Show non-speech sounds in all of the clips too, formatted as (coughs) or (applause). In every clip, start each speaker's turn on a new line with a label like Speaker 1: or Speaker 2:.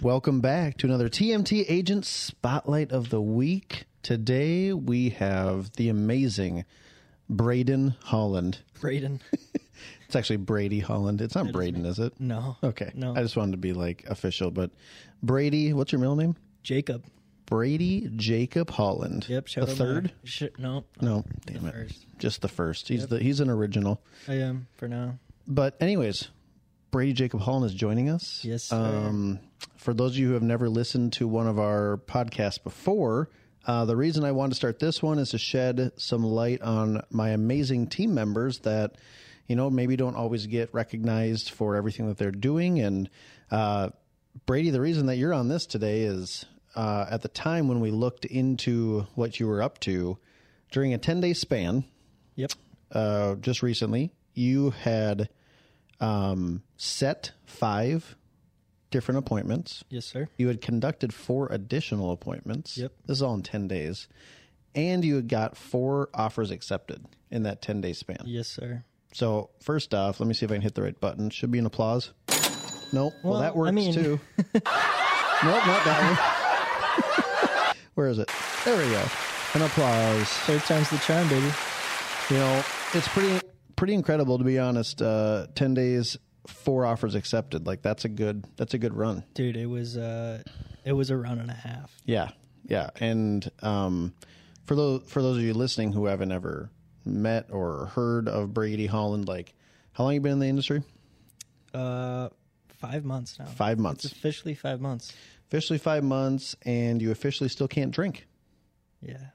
Speaker 1: Welcome back to another TMT Agent Spotlight of the Week. Today we have the amazing Braden Holland. (laughs)
Speaker 2: Braden.
Speaker 1: It's actually Brady Holland. It's not Braden, is it?
Speaker 2: No.
Speaker 1: Okay.
Speaker 2: No.
Speaker 1: I just wanted to be like official, but Brady, what's your middle name?
Speaker 2: Jacob.
Speaker 1: Brady Jacob Holland.
Speaker 2: Yep.
Speaker 1: The
Speaker 2: out my-
Speaker 1: third?
Speaker 2: Sh- no.
Speaker 1: No, damn it.
Speaker 2: first.
Speaker 1: Just the first. He's the he's an original.
Speaker 2: I am for now.
Speaker 1: But anyways, Brady Jacob Holland is joining us.
Speaker 2: Yes, sir.
Speaker 1: Um, for those of you who have never listened to one of our podcasts before, uh, the reason I wanted to start this one is to shed some light on my amazing team members that you know maybe don't always get recognized for everything that they're doing. And uh, Brady, the reason that you're on this today is uh, at the time when we looked into what you were up to during a ten day span
Speaker 2: Yep.
Speaker 1: uh, just recently, you had um, set five different appointments.
Speaker 2: Yes, sir.
Speaker 1: You had conducted four additional appointments.
Speaker 2: Yep.
Speaker 1: This is all in 10 days. And you had got four offers accepted in that 10 day span.
Speaker 2: Yes, sir.
Speaker 1: So, first off, let me see if I can hit the right button. Should be an applause. Nope. Well, that works
Speaker 2: I mean- (laughs)
Speaker 1: too. nope, not that one. (laughs) Where is it? There we go. An applause
Speaker 2: Third time's the charm, baby.
Speaker 1: you know it's pretty pretty incredible to be honest uh 10 days four offers accepted like that's a good that's a good run
Speaker 2: Dude, it was uh, it was a round and a half.
Speaker 1: yeah yeah and um for those for those of you listening who haven't ever met or heard of brady holland like how long you been in the industry
Speaker 2: Uh, five months now.
Speaker 1: five
Speaker 2: It's
Speaker 1: months
Speaker 2: officially five months.
Speaker 1: officially five months and you officially still can't drink
Speaker 2: Yeah.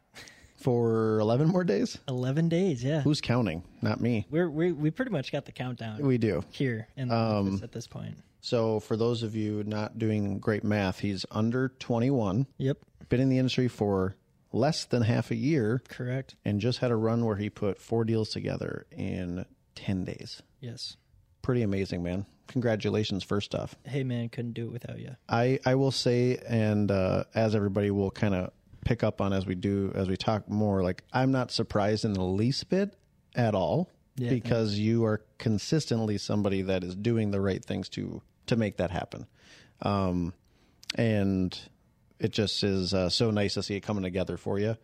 Speaker 1: for 11 more days
Speaker 2: Eleven days. Yeah.
Speaker 1: who's counting not me
Speaker 2: We're we we pretty much got the countdown
Speaker 1: we Um, do
Speaker 2: here in the office at this point.
Speaker 1: so for those of you not doing great math he's under 21
Speaker 2: Yep.
Speaker 1: been in the industry for less than half a year
Speaker 2: Correct.
Speaker 1: and just had a run where he put four deals together in 10 days.
Speaker 2: Yes.
Speaker 1: Pretty amazing, man. Congratulations, first off.
Speaker 2: Hey man, couldn't do it without you.
Speaker 1: I, I will say, and uh, as everybody will kind of pick up on as we do, as we talk more, like I'm not surprised in the least bit at all
Speaker 2: Yeah,
Speaker 1: because you are consistently somebody that is doing the right things to to make that happen. Um, and it just is uh, so nice to see it coming together for you.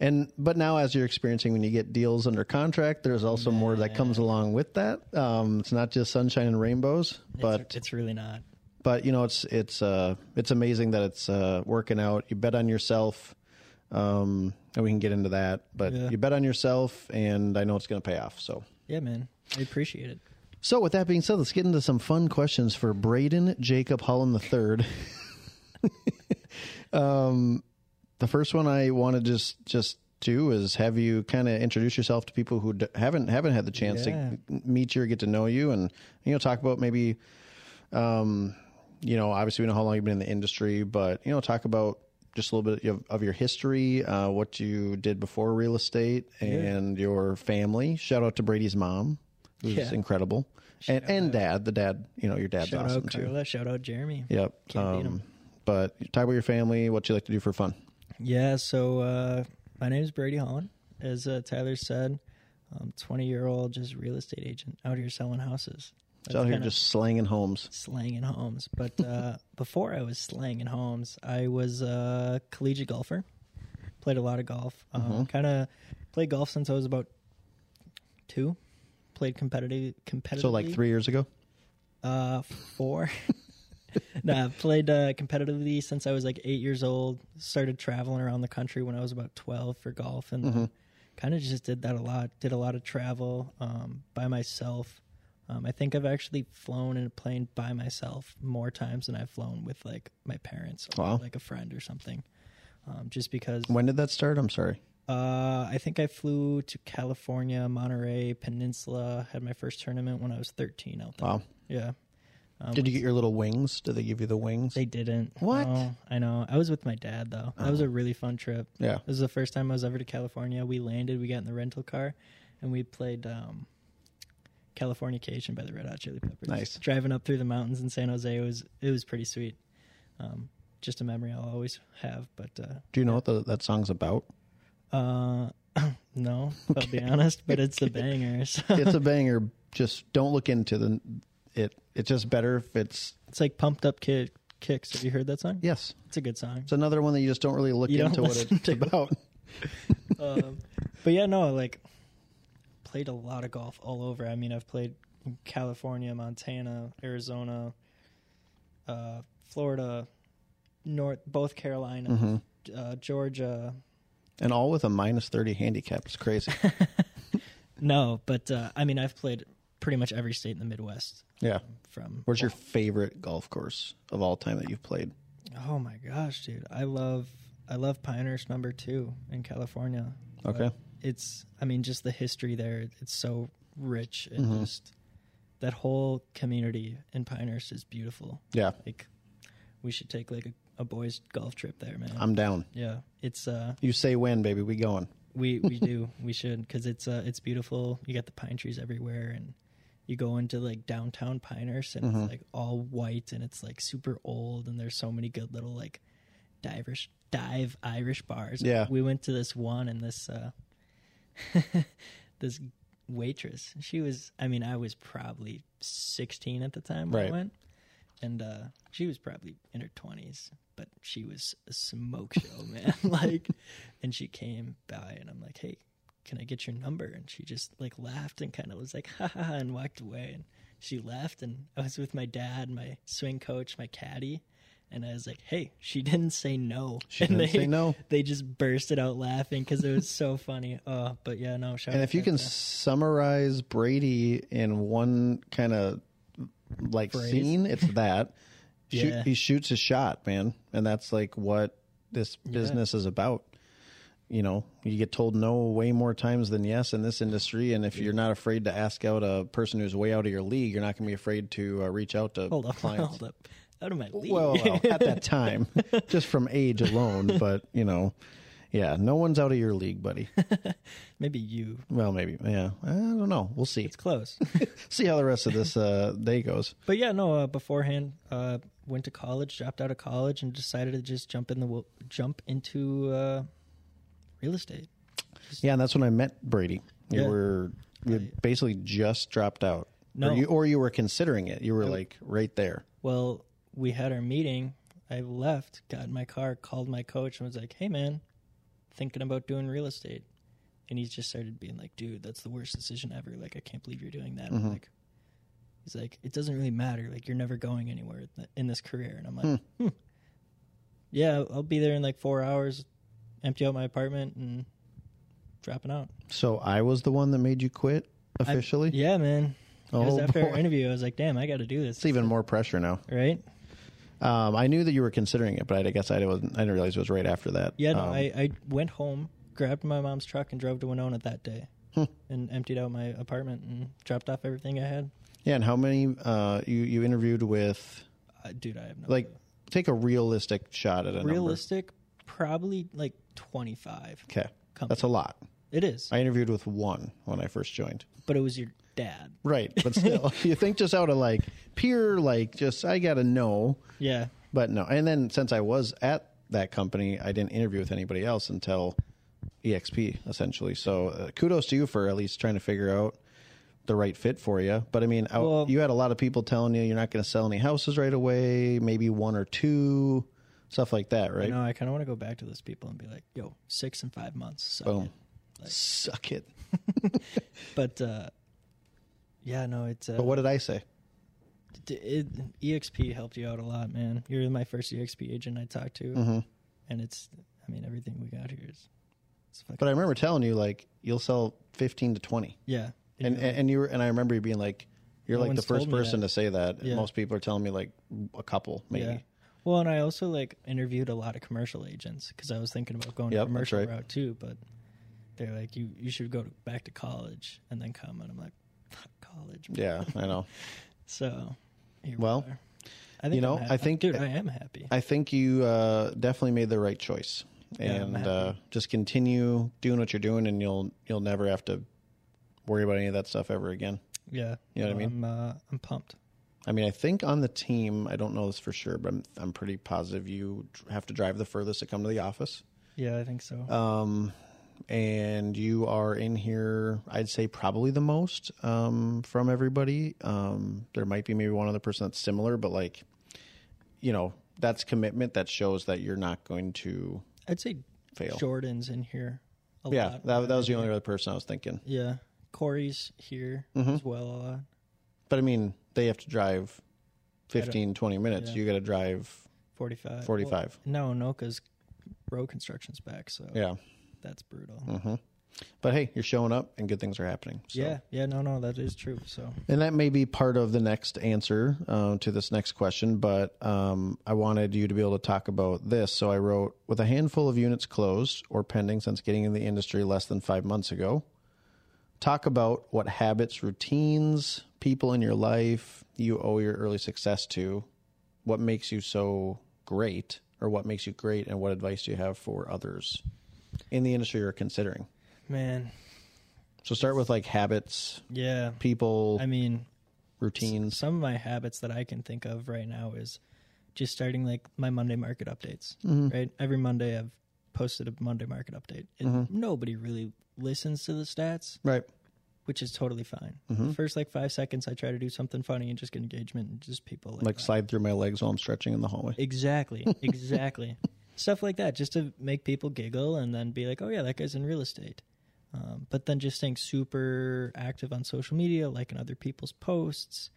Speaker 1: And but now, as you're experiencing when you get deals under contract, there's also more that comes along with that. Um, it's not just sunshine and rainbows, but
Speaker 2: It's, it's really not.
Speaker 1: but you know it's it's uh it's amazing that it's uh working out you bet on yourself um and we can get into that but
Speaker 2: Yeah.
Speaker 1: you bet on yourself and i know it's going to pay off so
Speaker 2: Yeah, man. I appreciate it.
Speaker 1: so with that being said let's get into some fun questions for braden jacob holland the third (laughs) um the first one i want to just just do is have you kind of introduce yourself to people who d- haven't haven't had the chance
Speaker 2: Yeah.
Speaker 1: to meet you or get to know you and you know talk about maybe um, you know, obviously we know how long you've been in the industry, but you know, talk about just a little bit of, of your history, uh, what you did before real estate, and your family. Shout out to Brady's mom, who's
Speaker 2: Yeah.
Speaker 1: incredible, and and dad. The dad, you know, your dad's
Speaker 2: Shout
Speaker 1: awesome
Speaker 2: out
Speaker 1: too.
Speaker 2: Carla. Shout out Jeremy.
Speaker 1: Yep.
Speaker 2: Can't beat 'em.
Speaker 1: Um, but talk about your family, what you like to do for fun.
Speaker 2: Yeah, so uh, my name is Brady Holland. As uh, Tyler said, I'm 20 year old, just real estate agent out here selling houses.
Speaker 1: It's out here just slanging homes.
Speaker 2: slanging homes.
Speaker 1: (laughs)
Speaker 2: But uh, before I was slanging homes, I was a collegiate golfer. Played a lot of golf. Um,
Speaker 1: Mm-hmm.
Speaker 2: Kind of played golf since I was about two. Played competitive, competitively.
Speaker 1: So like three years ago.
Speaker 2: Uh, four. (laughs) no, I've played uh, competitively since I was like eight years old. Started traveling around the country when I was about 12 for golf and
Speaker 1: Mm-hmm.
Speaker 2: kind of just did that a lot. Did a lot of travel um, by myself. Um, I think I've actually flown in a plane by myself more times than I've flown with like my parents or
Speaker 1: Wow.
Speaker 2: like a friend or something. Um, just because
Speaker 1: When did that start? I'm sorry.
Speaker 2: uh, I think I flew to California, Monterey, Peninsula, had my first tournament when I was 13 out there.
Speaker 1: Wow.
Speaker 2: Yeah.
Speaker 1: Did you get your little wings? Did they give you the wings?
Speaker 2: They didn't.
Speaker 1: What? Oh.
Speaker 2: No, I know. I was with my dad though. That was a really fun trip.
Speaker 1: yeah.
Speaker 2: This is the first time I was ever to California. We landed, we got in the rental car, and we played um, California Cation by the Red Hot Chili Peppers.
Speaker 1: Nice.
Speaker 2: Driving up through the mountains in San Jose was it was pretty sweet. Um, just a memory I'll always have. But uh,
Speaker 1: Do you know what the, that song's
Speaker 2: (laughs)
Speaker 1: about?
Speaker 2: uh, (coughs)
Speaker 1: (laughs)
Speaker 2: no, I'll be honest, but it's a banger. (laughs) So
Speaker 1: it's a banger. Just don't look into the it. It's just better if it's
Speaker 2: it's like pumped up kid Kicks. Have you heard that song?
Speaker 1: Yes.
Speaker 2: It's a good song.
Speaker 1: It's another one that you just don't really look
Speaker 2: You don't
Speaker 1: into what
Speaker 2: listen
Speaker 1: it's
Speaker 2: to.
Speaker 1: about.
Speaker 2: um, (laughs) but yeah, no, like played a lot of golf all over. I mean, I've played in California, Montana, Arizona, uh, Florida, North, both Carolina, uh, Georgia.
Speaker 1: And all with a minus 30 handicap. It's
Speaker 2: (laughs)
Speaker 1: crazy.
Speaker 2: No, but uh, I mean, I've played pretty much every state in the Midwest.
Speaker 1: Yeah.
Speaker 2: From
Speaker 1: Where's your favorite golf course of all time that you've played?
Speaker 2: oh my gosh, dude, I love I love Pinehurst Number Two in California.
Speaker 1: Okay.
Speaker 2: it's i mean just the history there it's so rich and just that whole community in pinehurst is beautiful
Speaker 1: Yeah.
Speaker 2: like we should take like a, a boys golf trip there man
Speaker 1: I'm down.
Speaker 2: yeah it's uh
Speaker 1: You say when, baby. We going.
Speaker 2: we
Speaker 1: (laughs)
Speaker 2: we do we should because it's uh it's beautiful you got the pine trees everywhere and you go into like downtown pinehurst and
Speaker 1: Mm-hmm.
Speaker 2: it's like all white and it's like super old and there's so many good little like divers dive irish bars
Speaker 1: Yeah.
Speaker 2: we went to this one and this uh (laughs) this waitress she was i mean i was probably 16 at the time when
Speaker 1: Right.
Speaker 2: i went and uh she was probably in her 20s but she was a smoke show (laughs) man like and she came by and i'm like hey can i get your number and she just like laughed and kind of was like ha ha ha and walked away and she left and i was with my dad my swing coach my caddy and i was like hey she didn't say no
Speaker 1: She
Speaker 2: and
Speaker 1: didn't
Speaker 2: they,
Speaker 1: say no.
Speaker 2: they just bursted out laughing because it was so funny (laughs) uh but yeah no shout
Speaker 1: And
Speaker 2: out
Speaker 1: if you
Speaker 2: to
Speaker 1: can
Speaker 2: that.
Speaker 1: summarize Brady in one kind of like
Speaker 2: Phrase.
Speaker 1: scene, it's
Speaker 2: (laughs)
Speaker 1: that. Shoot,
Speaker 2: Yeah.
Speaker 1: He shoots his shot, man. And that's like what this business is about. You know, you get told no way more times than yes in this industry. And if you're not afraid to ask out a person who's way out of your league, you're not going to be afraid to uh, reach out to
Speaker 2: hold up (laughs)
Speaker 1: clients.
Speaker 2: hold up out of my Oh, league
Speaker 1: Well, uh, well, at that time, just from age alone, but you know, yeah, no one's out of your league,
Speaker 2: (laughs)
Speaker 1: buddy.
Speaker 2: (laughs) maybe you
Speaker 1: Well, maybe, yeah, I don't know. We'll see.
Speaker 2: it's close
Speaker 1: See how the rest of this uh, day goes.
Speaker 2: But yeah, no. Uh, beforehand, uh, went to college, dropped out of college, and decided to just jump in the wo- jump into uh, real estate.
Speaker 1: Yeah, and that's when I met Brady. You
Speaker 2: Yeah.
Speaker 1: were you had basically just dropped out,
Speaker 2: No.
Speaker 1: or you, or you were considering it. You were like right there.
Speaker 2: Well, we had our meeting. I left, got in my car, called my coach, and was like, "Hey, man, thinking about doing real estate." And he just started being like, "Dude, that's the worst decision ever. Like, I can't believe you're doing that."
Speaker 1: Mm-hmm.
Speaker 2: I'm like, he's like, "It doesn't really matter. Like, you're never going anywhere in th- in this career." And I'm like, hmm. "Yeah, I'll- I'll be there in like four hours, empty out my apartment, and
Speaker 1: (laughs)
Speaker 2: dropping out."
Speaker 1: So I was the one that made you quit officially.
Speaker 2: Yeah, man. it was
Speaker 1: Oh,
Speaker 2: after
Speaker 1: boy.
Speaker 2: our interview. I was like, "Damn, I got to do this."
Speaker 1: It's even more pressure now.
Speaker 2: Right?
Speaker 1: Um, I knew that you were considering it, but I guess I wasn't. I didn't realize it was right after that.
Speaker 2: Yeah, no,
Speaker 1: Um,
Speaker 2: I, I went home, grabbed my mom's truck, and drove to Winona that day,
Speaker 1: Hmm.
Speaker 2: and emptied out my apartment and dropped off everything I had.
Speaker 1: yeah. And how many uh, you you interviewed with?
Speaker 2: Uh, dude, I have no
Speaker 1: Like,
Speaker 2: clue.
Speaker 1: take a realistic shot at a
Speaker 2: realistic, probably like twenty five.
Speaker 1: number. Okay,
Speaker 2: company.
Speaker 1: that's a lot.
Speaker 2: It is,
Speaker 1: I interviewed with one when I first joined.
Speaker 2: but it was your dad.
Speaker 1: Right, but
Speaker 2: (laughs)
Speaker 1: still, you think just out of like pure, like just I gotta know,
Speaker 2: Yeah,
Speaker 1: but no. And then since I was at that company, I didn't interview with anybody else until EXP essentially. So uh, kudos to you for at least trying to figure out the right fit for you. But I mean, out,
Speaker 2: Well-
Speaker 1: you had a lot of people telling you you're not going to sell any houses right away, maybe one or two, stuff like that, right?
Speaker 2: you know, I kind of want to go back to those people and be like, "Yo, six and five months." So.
Speaker 1: Boom. Suck it.
Speaker 2: But uh, yeah, no, it's uh,
Speaker 1: But what did I say?
Speaker 2: D- it, EXP helped you out a lot, man. You're my first EXP agent I talked to,
Speaker 1: Mm-hmm.
Speaker 2: and it's, I mean, everything we got here is, it's fucking,
Speaker 1: But I remember telling you like you'll sell 15 to 20.
Speaker 2: yeah.
Speaker 1: and and, and you were, and I remember you being like, you're
Speaker 2: No
Speaker 1: like the
Speaker 2: one's
Speaker 1: first
Speaker 2: told me
Speaker 1: person
Speaker 2: that.
Speaker 1: to say that.
Speaker 2: Yeah.
Speaker 1: Most people are telling me like a couple, maybe.
Speaker 2: yeah. Well, and I also like interviewed a lot of commercial agents because I was thinking about going
Speaker 1: Yep,
Speaker 2: the
Speaker 1: that's
Speaker 2: commercial
Speaker 1: right.
Speaker 2: route too, but they're like, you you should go to, back to college and then come, and I'm like, fuck college. man."
Speaker 1: Yeah, I know. (laughs)
Speaker 2: So, here we
Speaker 1: Well,
Speaker 2: are. I think
Speaker 1: you know,
Speaker 2: I'm
Speaker 1: I
Speaker 2: hap-
Speaker 1: think-
Speaker 2: dude, I am happy.
Speaker 1: I think you uh, definitely made the right choice,
Speaker 2: Yeah, I'm
Speaker 1: and
Speaker 2: happy.
Speaker 1: uh, just continue doing what you're doing, and you'll you'll never have to worry about any of that stuff ever again.
Speaker 2: yeah,
Speaker 1: You know what I
Speaker 2: I'm uh, I'm pumped.
Speaker 1: I mean, I think on the team, I don't know this for sure, but I'm I'm pretty positive you have to drive the furthest to come to the office.
Speaker 2: Yeah, I think so.
Speaker 1: um, and you are in here. I'd say probably the most um, from everybody. Um, there might be maybe one other person that's similar, but like, you know, that's commitment that shows that you're not going to
Speaker 2: I'd say
Speaker 1: fail.
Speaker 2: Jordan's in here a
Speaker 1: Yeah,
Speaker 2: lot.
Speaker 1: that, that was the only other person I was thinking.
Speaker 2: yeah. Corey's here
Speaker 1: Mm-hmm.
Speaker 2: as well a lot.
Speaker 1: But I mean, they have to drive 15, 20 minutes.
Speaker 2: yeah.
Speaker 1: You got to drive
Speaker 2: 45. Well,
Speaker 1: 45.
Speaker 2: no, no, because road construction's back, so
Speaker 1: Yeah. mm-hmm.
Speaker 2: that's brutal.
Speaker 1: But hey, you're showing up and good things are happening. Mm, So.
Speaker 2: Yeah, yeah, no, no, that is true. So
Speaker 1: And that may be part of the next answer um, to this next question, but um, I wanted you to be able to talk about this. So I wrote with a handful of units closed or pending since getting in the industry less than five months ago. Talk about what habits, routines, people in your life you owe your early success to. What makes you so great, or what makes you great, and what advice do you have for others in the industry you're considering?
Speaker 2: man,
Speaker 1: So start with like habits,
Speaker 2: yeah.
Speaker 1: people,
Speaker 2: I mean,
Speaker 1: routines.
Speaker 2: some of my habits that I can think of right now is just starting like my Monday market updates.
Speaker 1: Mm. Mm-hmm.
Speaker 2: Right, every Monday I've posted a Monday market update, and nobody really listens to the stats,
Speaker 1: Right.
Speaker 2: which is totally fine. The first like five seconds, I try to do something funny and just get engagement and just people like,
Speaker 1: like slide through my legs while I'm stretching in the hallway.
Speaker 2: exactly, exactly, (laughs) stuff like that, just to make people giggle and then be like, oh yeah, that guy's in real estate. Um, but then just staying super active on social media, liking other people's posts,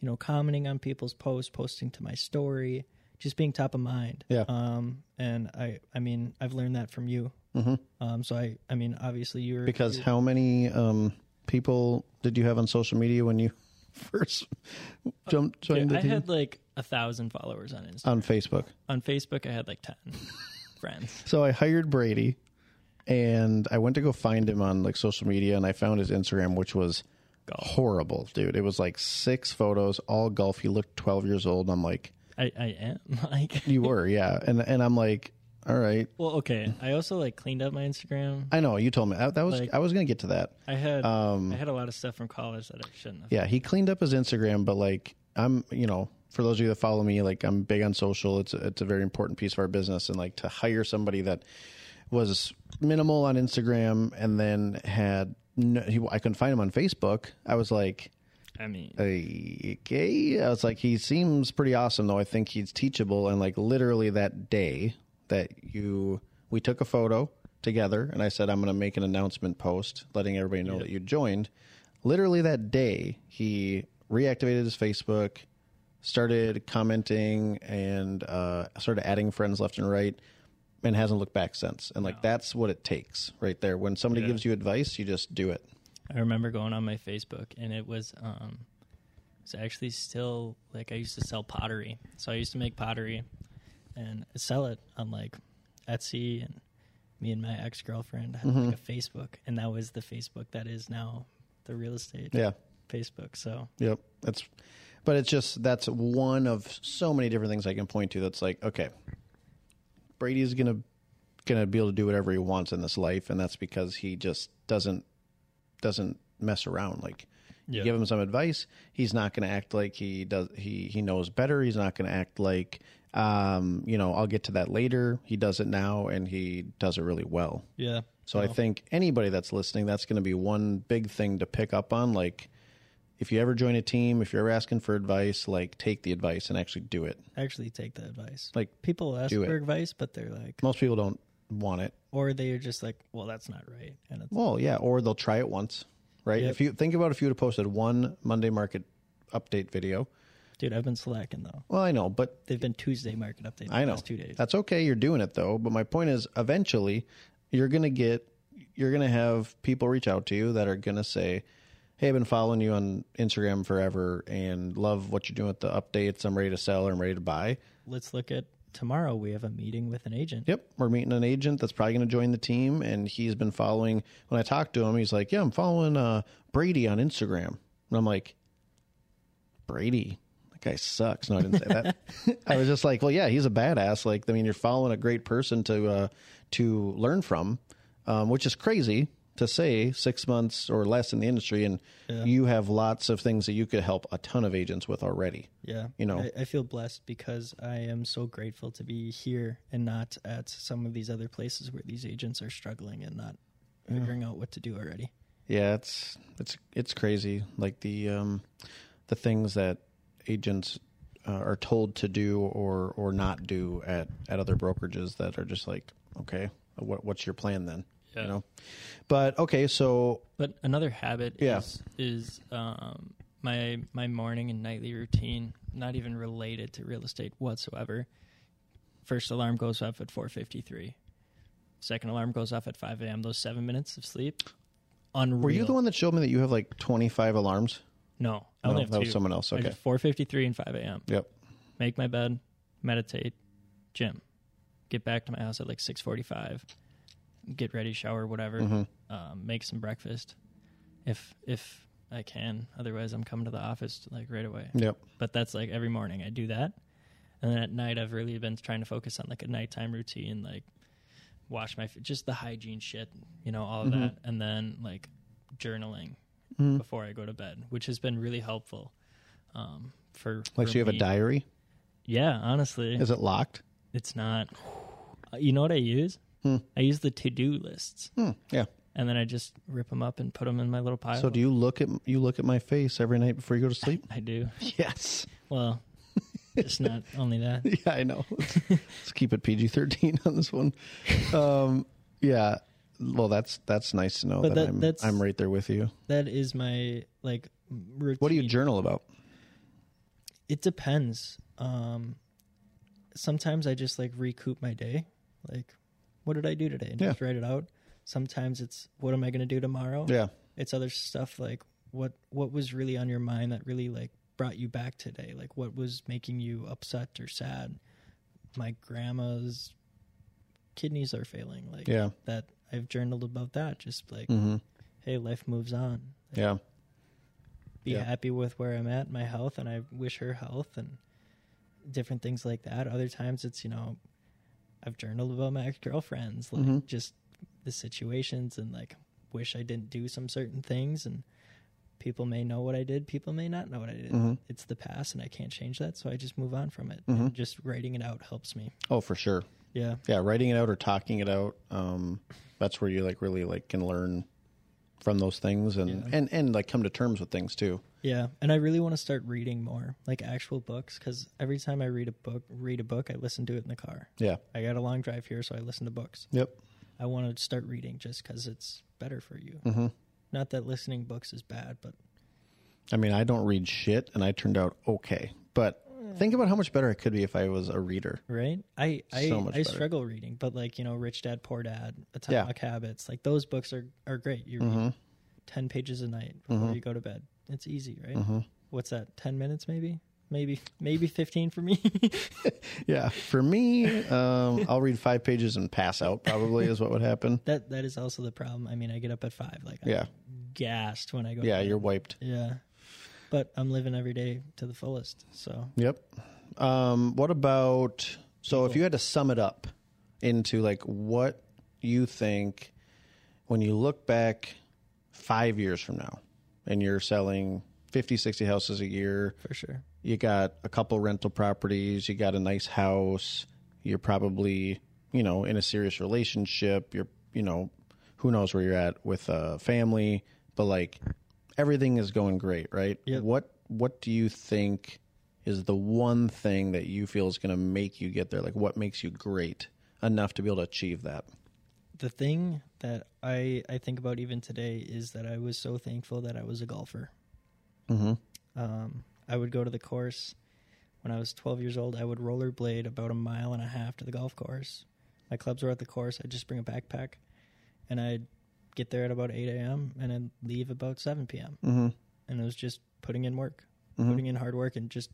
Speaker 2: you know, commenting on people's posts, posting to my story, just being top of mind.
Speaker 1: Yeah.
Speaker 2: Um, and I, I mean, I've learned that from you. Mm-hmm. Um, so I, I mean, obviously you were
Speaker 1: Because how many um, people did you have on social media when you (laughs) first jumped joined
Speaker 2: I
Speaker 1: the team?
Speaker 2: had like a thousand followers on Instagram.
Speaker 1: on Facebook.
Speaker 2: on Facebook, I had like 10 (laughs) friends.
Speaker 1: So I hired Brady and I went to go find him on like social media and I found his Instagram which was horrible, dude. It was like six photos, all golf. He looked 12 years old. And I'm like,
Speaker 2: I, I am (laughs) like,
Speaker 1: you were, yeah. And and I'm like, all right.
Speaker 2: well, okay. I also like cleaned up my Instagram.
Speaker 1: I know you told me I, that was
Speaker 2: Like-
Speaker 1: I was going to get to that.
Speaker 2: I had,
Speaker 1: Um,
Speaker 2: I had a lot of stuff from college that I shouldn't have.
Speaker 1: Yeah, he cleaned up his Instagram, but like I'm, you know, for those of you that follow me, like I'm big on social. It's it's a very important piece of our business, and like to hire somebody that was minimal on Instagram and then had no, he, I couldn't find him on Facebook. I was like,
Speaker 2: I mean,
Speaker 1: okay. I was like, he seems pretty awesome though. I think he's teachable. And like literally that day that you we took a photo together and I said I'm gonna make an announcement post letting everybody know that you joined. Literally that day he reactivated his Facebook, started commenting and uh, started adding friends left and right and hasn't looked back since. And like that's what it takes right there. When somebody gives you advice, you just do it.
Speaker 2: I remember going on my Facebook and it was, um, it's actually still like I used to sell pottery. So I used to make pottery and sell it on like Etsy and me and my ex girlfriend had
Speaker 1: Mm-hmm.
Speaker 2: like a Facebook and that was the Facebook that is now the real estate
Speaker 1: Yeah.
Speaker 2: Facebook. So
Speaker 1: Yep. That's, but it's just that's one of so many different things I can point to. That's like okay, Brady's gonna gonna be able to do whatever he wants in this life, and that's because he just doesn't doesn't mess around. Like you
Speaker 2: Yeah.
Speaker 1: give him some advice, he's not gonna act like he does. He he knows better. He's not gonna act like um you know I'll get to that later. He does it now, and he does it really well.
Speaker 2: yeah.
Speaker 1: So I think anybody that's listening, that's going to be one big thing to pick up on. Like, if you ever join a team, if you're ever asking for advice, like take the advice and actually do it.
Speaker 2: actually take the advice.
Speaker 1: Like,
Speaker 2: people ask
Speaker 1: do it.
Speaker 2: for advice, but they're like,
Speaker 1: Most people don't want it.
Speaker 2: or they are just like, well, that's not right. And it's,
Speaker 1: Well, yeah, or they'll try it once, right? If you think about if you would have posted one Monday market update video,
Speaker 2: dude, I've been slacking though.
Speaker 1: well, I know, but
Speaker 2: They've been Tuesday market updates.
Speaker 1: I
Speaker 2: the
Speaker 1: know
Speaker 2: last two days.
Speaker 1: that's okay. You're doing it though. But my point is, eventually, you're gonna get, you're gonna have people reach out to you that are gonna say, "Hey, I've been following you on Instagram forever and love what you're doing with the updates. I'm ready to sell or I'm ready to buy."
Speaker 2: Let's look at tomorrow. We have a meeting with an agent.
Speaker 1: Yep, we're meeting an agent that's probably going to join the team, and he's been following. When I talked to him, he's like, "Yeah, I'm following uh, Brady on Instagram," and I'm like, "Brady, that guy sucks." No, I didn't say that. I was just like, "Well, yeah, he's a badass. Like, I mean, you're following a great person to uh, to learn from, um, which is crazy to say six months or less in the industry, and you have lots of things that you could help a ton of agents with already."
Speaker 2: Yeah.
Speaker 1: You know.
Speaker 2: I, I feel blessed because I am so grateful to be here and not at some of these other places where these agents are struggling and not figuring out what to do already.
Speaker 1: Yeah, it's it's it's crazy. Like the um the things that agents uh, are told to do or or not do at at other brokerages that are just like, okay, what what's your plan then?
Speaker 3: Yeah.
Speaker 1: You know, but okay, so
Speaker 3: But another habit
Speaker 1: Yeah.
Speaker 3: is is um, my my morning and nightly routine, not even related to real estate whatsoever. First alarm goes off at four fifty three. Second alarm goes off at five a.m. Those seven minutes of sleep, unreal.
Speaker 1: were you the one that showed me that you have like twenty five alarms?
Speaker 3: No, I
Speaker 1: No,
Speaker 3: only have
Speaker 1: that
Speaker 3: two.
Speaker 1: was someone else. Okay.
Speaker 3: four fifty three and five a.m.
Speaker 1: Yep.
Speaker 3: Make my bed, meditate, gym, get back to my house at like six forty five, get ready, shower, whatever,
Speaker 1: Mm-hmm.
Speaker 3: um, make some breakfast, if if I can. Otherwise, I'm coming to the office like right away.
Speaker 1: Yep.
Speaker 3: But that's like every morning I do that, and then at night I've really been trying to focus on like a nighttime routine, like wash my f- just the hygiene shit, you know,
Speaker 1: Mm-hmm.
Speaker 3: all of that, and then like journaling
Speaker 1: Mm.
Speaker 3: before I go to bed, which has been really helpful. Um, for
Speaker 1: Like,
Speaker 3: for
Speaker 1: so you have a
Speaker 3: me.
Speaker 1: diary?
Speaker 3: Yeah, honestly,
Speaker 1: Is it locked?
Speaker 3: it's not. Uh, You know what I use? I use the to do lists,
Speaker 1: Hmm. Yeah.
Speaker 3: and then I just rip them up and put them in my little pile.
Speaker 1: So do you look at you look at my face every night before you go
Speaker 3: (laughs)
Speaker 1: to sleep?
Speaker 3: I do.
Speaker 1: yes.
Speaker 3: Well,
Speaker 2: (laughs)
Speaker 3: it's not only that.
Speaker 1: (laughs) Yeah, I know. Let's, let's keep it PG thirteen on this one. Um, yeah. Well, that's that's nice to know that,
Speaker 2: But that-
Speaker 1: I'm
Speaker 2: that's-
Speaker 1: I'm right there with you.
Speaker 2: That is my like routine.
Speaker 1: What do you journal about?
Speaker 2: It depends. Um, sometimes I just like recoup my day. Like, what did I do today? And
Speaker 1: Yeah.
Speaker 2: just write it out. Sometimes it's what am I going to do tomorrow?
Speaker 1: Yeah.
Speaker 2: It's other stuff like what what was really on your mind that really like brought you back today? Like what was making you upset or sad? My grandma's kidneys are failing. Like
Speaker 1: Yeah.
Speaker 2: that I've journaled about that. Just like,
Speaker 1: Mhm.
Speaker 2: hey, life moves on.
Speaker 1: Yeah.
Speaker 2: be
Speaker 1: Yeah.
Speaker 2: happy with where I'm at, my health, and I wish her health and different things like that. Other times it's, you know, I've journaled about my ex girlfriends, like just the situations and like wish I didn't do some certain things and people may know what I did, people may not know what I did. It's the past and I can't change that, so I just move on from it. And just writing it out helps me.
Speaker 1: Oh, for sure.
Speaker 2: Yeah.
Speaker 1: Yeah, writing it out or talking it out. Um, that's where you like really like can learn from those things and and and like come to terms with things too.
Speaker 2: Yeah, and I really want to start reading more, like actual books, cuz every time I read a book, read a book, I listen to it in the car.
Speaker 1: Yeah.
Speaker 2: I got a long drive here, so I listen to books.
Speaker 1: Yep.
Speaker 2: I want to start reading just because it's better for you.
Speaker 1: Mm-hmm.
Speaker 2: Not that listening books is bad, but
Speaker 1: I mean, I don't read shit, and I turned out okay. But think about how much better I could be if I was a reader.
Speaker 2: right? I I,
Speaker 1: So much
Speaker 2: I
Speaker 1: better.
Speaker 2: struggle reading, but like you know, Rich Dad Poor Dad,
Speaker 1: Yeah. Mm-hmm.
Speaker 2: Atomic Habits, like those books are are great. You read ten pages a night before you go to bed. It's easy, right?
Speaker 1: Mm-hmm.
Speaker 2: What's that? Ten minutes, maybe, maybe maybe fifteen for me. (laughs)
Speaker 1: Yeah. For me, um, I'll read five pages and pass out. Probably is what would happen.
Speaker 2: that that is also the problem. I mean, I get up at five, like
Speaker 1: Yeah.
Speaker 2: I'm gassed when I go.
Speaker 1: Yeah,
Speaker 2: to bed.
Speaker 1: you're wiped.
Speaker 2: yeah. But I'm living every day to the fullest, so
Speaker 1: Yep. Um, what about so if you had to sum it up into like what you think when you look back five years from now and you're selling 50, 60 houses a year,
Speaker 2: for sure.
Speaker 1: you got a couple rental properties, you got a nice house, you're probably, you know, in a serious relationship, you're, you know, who knows where you're at with a family, but like everything is going great, right? What what do you think is the one thing that you feel is going to make you get there? Like what makes you great enough to be able to achieve that?
Speaker 2: the thing that I I think about even today is that I was so thankful that I was a golfer.
Speaker 1: Mm-hmm.
Speaker 2: Um, I would go to the course when I was 12 years old. I would rollerblade about a mile and a half to the golf course. My clubs were at the course. I'd just bring a backpack, and I'd get there at about 8 a.m. and I'd leave about 7 p.m. Mm-hmm. And it was just putting in work,
Speaker 1: Mm-hmm.
Speaker 2: putting in hard work, and just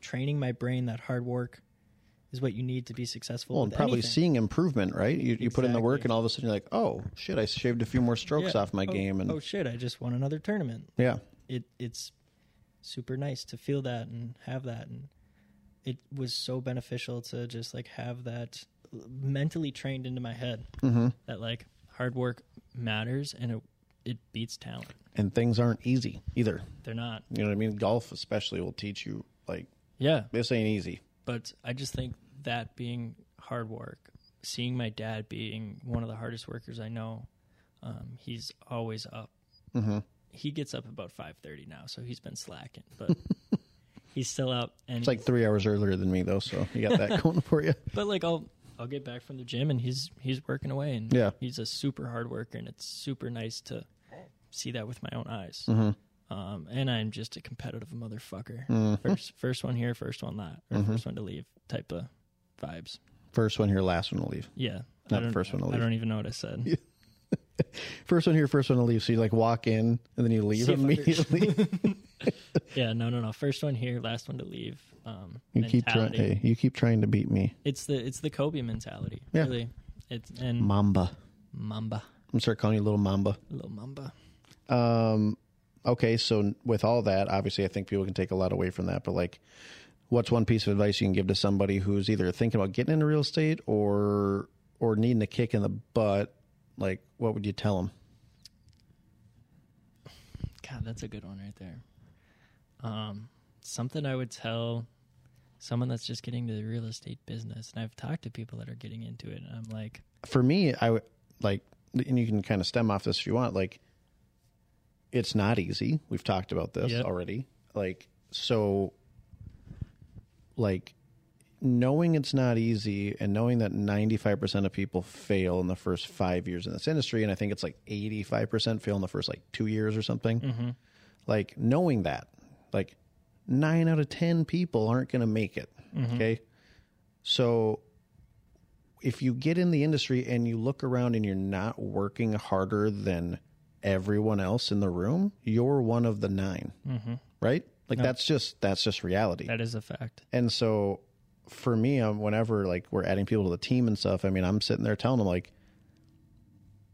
Speaker 2: training my brain that hard work is what you need to be successful.
Speaker 1: Well,
Speaker 2: with
Speaker 1: and probably
Speaker 2: anything.
Speaker 1: seeing improvement, right? You, you put in the work,
Speaker 2: Exactly.
Speaker 1: and all of a sudden you're like, "Oh shit, I shaved a few more strokes
Speaker 2: Yeah.
Speaker 1: off my
Speaker 2: Oh,
Speaker 1: game," and
Speaker 2: oh shit, I just won another tournament.
Speaker 1: yeah,
Speaker 2: It it's super nice to feel that and have that, and it was so beneficial to just like have that mentally trained into my head
Speaker 1: Mm-hmm.
Speaker 3: That like hard work matters, and it it beats talent.
Speaker 1: and things aren't easy either.
Speaker 3: They're not.
Speaker 1: You know what I mean? Golf, especially, will teach you like
Speaker 3: Yeah,
Speaker 1: this ain't easy.
Speaker 3: but I just think that being hard work, seeing my dad being one of the hardest workers I know, um, he's
Speaker 1: Mm-hmm. (laughs)
Speaker 3: always up. He gets up about five thirty now, so he's been slacking. But he's still up, and
Speaker 1: It's like three hours earlier than me though, so you got that (laughs) going for you.
Speaker 3: but like I'll I'll get back from the gym and he's he's working away and
Speaker 1: Yeah.
Speaker 3: he's a super hard worker and it's super nice to see that with my own eyes.
Speaker 1: Mm.
Speaker 3: Um, and I'm just a competitive motherfucker.
Speaker 1: Mm-hmm.
Speaker 3: First first one here, first one that, or first one to leave type of vibes.
Speaker 1: First one here, last one to leave.
Speaker 3: Yeah, I
Speaker 1: Not
Speaker 3: don't-
Speaker 1: first one to
Speaker 3: I
Speaker 1: leave.
Speaker 3: don't even know what I said.
Speaker 1: (laughs) First one here, first one to leave. So you like walk in and then you leave
Speaker 3: See if I-
Speaker 1: immediately.
Speaker 3: (laughs) Yeah, no, no, no. First one here, last one to leave. Um,
Speaker 1: you keep trying.
Speaker 3: mentality.
Speaker 1: Hey, you keep trying to beat me,
Speaker 3: It's the it's the Kobe mentality.
Speaker 1: Yeah.
Speaker 3: Really, it's and
Speaker 1: Mamba.
Speaker 3: Mamba,
Speaker 1: I'm start calling you little Mamba.
Speaker 3: little Mamba.
Speaker 1: Um, okay, so with all that, obviously, I think people can take a lot away from that. But like, what's one piece of advice you can give to somebody who's either thinking about getting into real estate or or needing a kick in the butt? Like, what would you tell them?
Speaker 3: God, that's a good one right there. Um, something I would tell someone that's just getting to the real estate business, and I've talked to people that are getting into it, and I'm like,
Speaker 1: For me, I would like, and you can kind of stem off this if you want. Like, it's not easy. We've talked about this
Speaker 3: Yep.
Speaker 1: already. Like, so, like, knowing it's not easy and knowing that 95% of people fail in the first five years in this industry, and I think it's like 85% fail in the first like two years or something. Like, knowing that, like, nine out of 10 people aren't going to make it. Okay. So, if you get in the industry and you look around and you're not working harder than everyone else in the room, you're one of the 9 right? Like that's just that's just reality.
Speaker 3: that is a fact.
Speaker 1: And so for me, um, whenever like we're adding people to the team and stuff, I mean, I'm sitting there telling them like,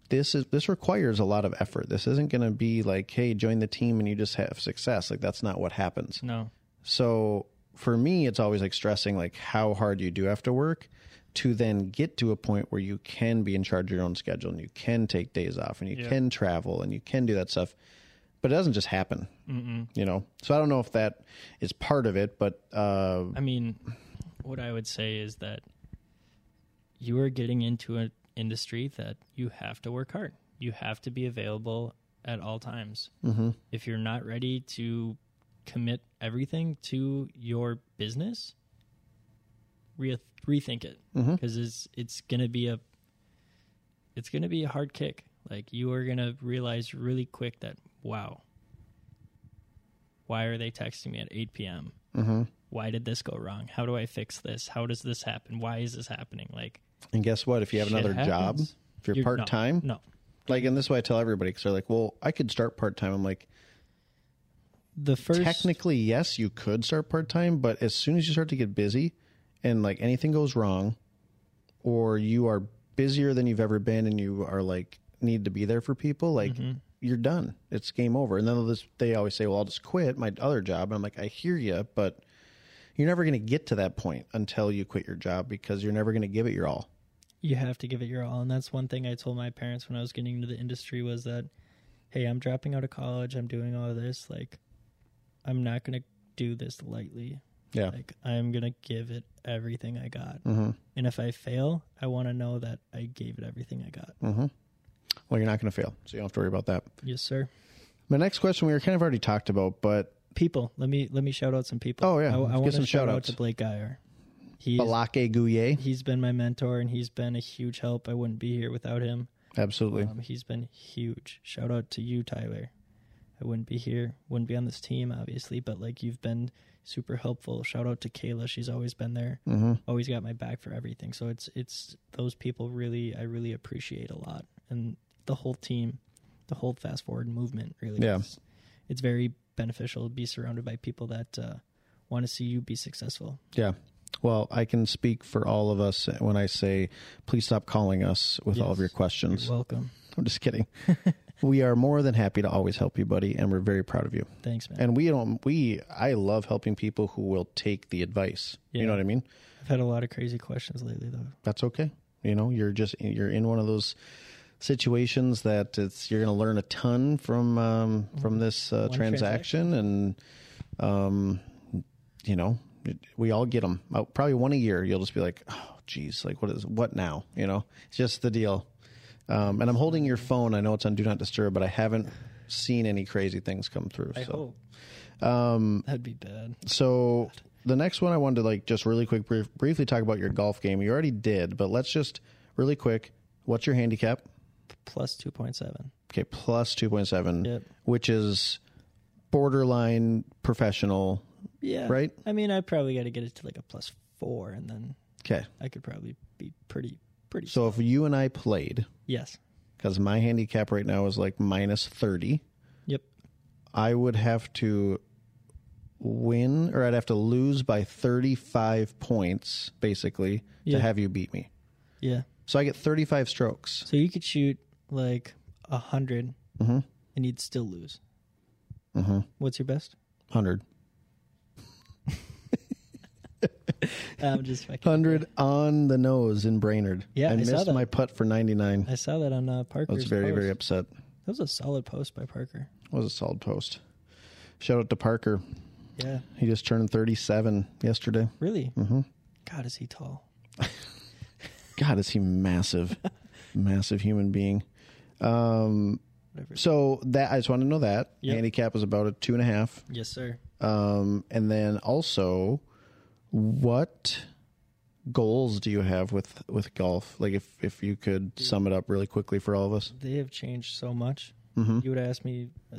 Speaker 1: this is this requires a lot of effort. This isn't going to be like, hey, join the team and you just have success. Like that's not what happens.
Speaker 3: No,
Speaker 1: So for me, it's always like stressing like how hard you do have to work to then get to a point where you can be in charge of your own schedule and you can take days off and you can travel and you can do that stuff. But it doesn't just happen, you know. So I don't know if that is part of it, but uh,
Speaker 3: I mean, what I would say is that you are getting into an industry that you have to work hard. You have to be available at all times. Mm-hmm. If you're not ready to commit everything to your business, re- rethink it because it's it's gonna be a it's gonna be a hard kick. Like you are gonna realize really quick that wow, why are they texting me at eight p.m why did this go wrong? How do I fix this? How does this happen? Why is this happening? Like
Speaker 1: and guess what? If you have
Speaker 3: shit
Speaker 1: another job,
Speaker 3: happens.
Speaker 1: if you're,
Speaker 3: You're- no,
Speaker 1: part time,
Speaker 3: No,
Speaker 1: like, and this is why I tell everybody because they're like, well, I could start part time. I'm like,
Speaker 3: the first
Speaker 1: technically yes you could start part-time but as soon as you start to get busy and like anything goes wrong or you are busier than you've ever been and you are like need to be there for people like
Speaker 3: Mm-hmm.
Speaker 1: you're done it's game over and then this, they always say well i'll just quit my other job and i'm like i hear you but you're never going to get to that point until you quit your job because you're never going to give it your all
Speaker 2: you have to give it your all and that's one thing i told my parents when i was getting into the industry was that hey i'm dropping out of college i'm doing all this like i'm not going to do this lightly
Speaker 1: yeah
Speaker 2: like i'm going to give it everything i got
Speaker 1: Mm-hmm.
Speaker 2: and if i fail i want to know that i gave it everything i got
Speaker 1: Mm. well you're not going to fail so you don't have to worry about that
Speaker 2: yes sir
Speaker 1: my next question we were kind of already talked about but
Speaker 2: people let me let me shout out some people
Speaker 1: Oh, yeah.
Speaker 2: i, I
Speaker 1: Let's get
Speaker 2: want
Speaker 1: some
Speaker 2: to shout out
Speaker 1: shout-outs.
Speaker 2: to blake geyer he's,
Speaker 1: balake Gouye,
Speaker 2: he's been my mentor and he's been a huge help i wouldn't be here without him
Speaker 1: absolutely
Speaker 2: Um, he's been huge. Shout out to you, Tyler. I wouldn't be here, wouldn't be on this team, obviously, but like you've been super helpful. Shout out to Kayla. She's always been there, always got my back for everything. So it's it's those people really I really appreciate a lot, and the whole team, the whole fast forward movement really.
Speaker 1: Yeah.
Speaker 2: It's, it's very beneficial to be surrounded by people that uh, want to see you be successful.
Speaker 1: Yeah. Well, I can speak for all of us when I say, please stop calling us with all of your questions.
Speaker 2: Welcome.
Speaker 1: I'm just kidding. we are more than happy to always help you, buddy, and we're very proud of you.
Speaker 2: Thanks, man.
Speaker 1: And we don't, we, I love helping people who will take the advice. You
Speaker 2: Yeah.
Speaker 1: know what I mean?
Speaker 2: I've had a lot of crazy questions lately, though.
Speaker 1: That's okay. You know, you're just, you're in one of those situations that it's, you're going to learn a ton from, um, from this uh, transaction and, um, you know, it- we all get them. Probably one a year. You'll just be like, oh, geez, like what is what now? You know, it's just the deal. Um, and I'm holding your phone. I know it's on Do Not Disturb, but I haven't seen any crazy things come through.
Speaker 2: I
Speaker 1: so,
Speaker 2: hope.
Speaker 1: Um,
Speaker 2: That'd be bad.
Speaker 1: so the next one I wanted to like just really quick brief, briefly talk about your golf game. You already did, but let's just really quick. What's your handicap?
Speaker 2: Plus two point seven.
Speaker 1: Okay, plus two point seven,
Speaker 2: Yep.
Speaker 1: which is borderline professional.
Speaker 2: Yeah.
Speaker 1: Right?
Speaker 2: I mean, I probably got to get it to like a plus four, and then
Speaker 1: Okay,
Speaker 2: I could probably be pretty, pretty.
Speaker 1: so if you and I played,
Speaker 2: yes.
Speaker 1: because my handicap right now is like minus thirty,
Speaker 2: Yep.
Speaker 1: I would have to win, or I'd have to lose by thirty five points basically
Speaker 2: Yeah.
Speaker 1: to have you beat me.
Speaker 2: Yeah.
Speaker 1: So I get thirty five strokes.
Speaker 2: So you could shoot like a 100
Speaker 1: Mm-hmm.
Speaker 2: and you'd still lose. What's your
Speaker 1: (laughs)
Speaker 2: best?
Speaker 1: 100.
Speaker 2: I'm just fucking.
Speaker 1: 100 on the nose in Brainerd.
Speaker 2: Yeah,
Speaker 1: I,
Speaker 2: I saw
Speaker 1: missed
Speaker 2: that.
Speaker 1: my putt for 99. I
Speaker 2: I saw that on uh, Parker's.
Speaker 1: was very,
Speaker 2: post.
Speaker 1: very upset.
Speaker 2: That was a solid post by Parker.
Speaker 1: That was a solid post. Shout out to Parker.
Speaker 2: Yeah.
Speaker 1: He just turned 37 yesterday.
Speaker 2: Really? Mm-hmm. God, is he tall?
Speaker 1: God, is he
Speaker 2: (laughs)
Speaker 1: massive, massive human being. Um,
Speaker 2: Whatever.
Speaker 1: so that I just want to know that
Speaker 2: Yep.
Speaker 1: handicap was about a two and a half.
Speaker 2: Yes, sir.
Speaker 1: Um, and then also, what goals do you have with with golf? Like if if you could sum it up really quickly for all of us.
Speaker 2: They have changed so much. You would have asked me uh,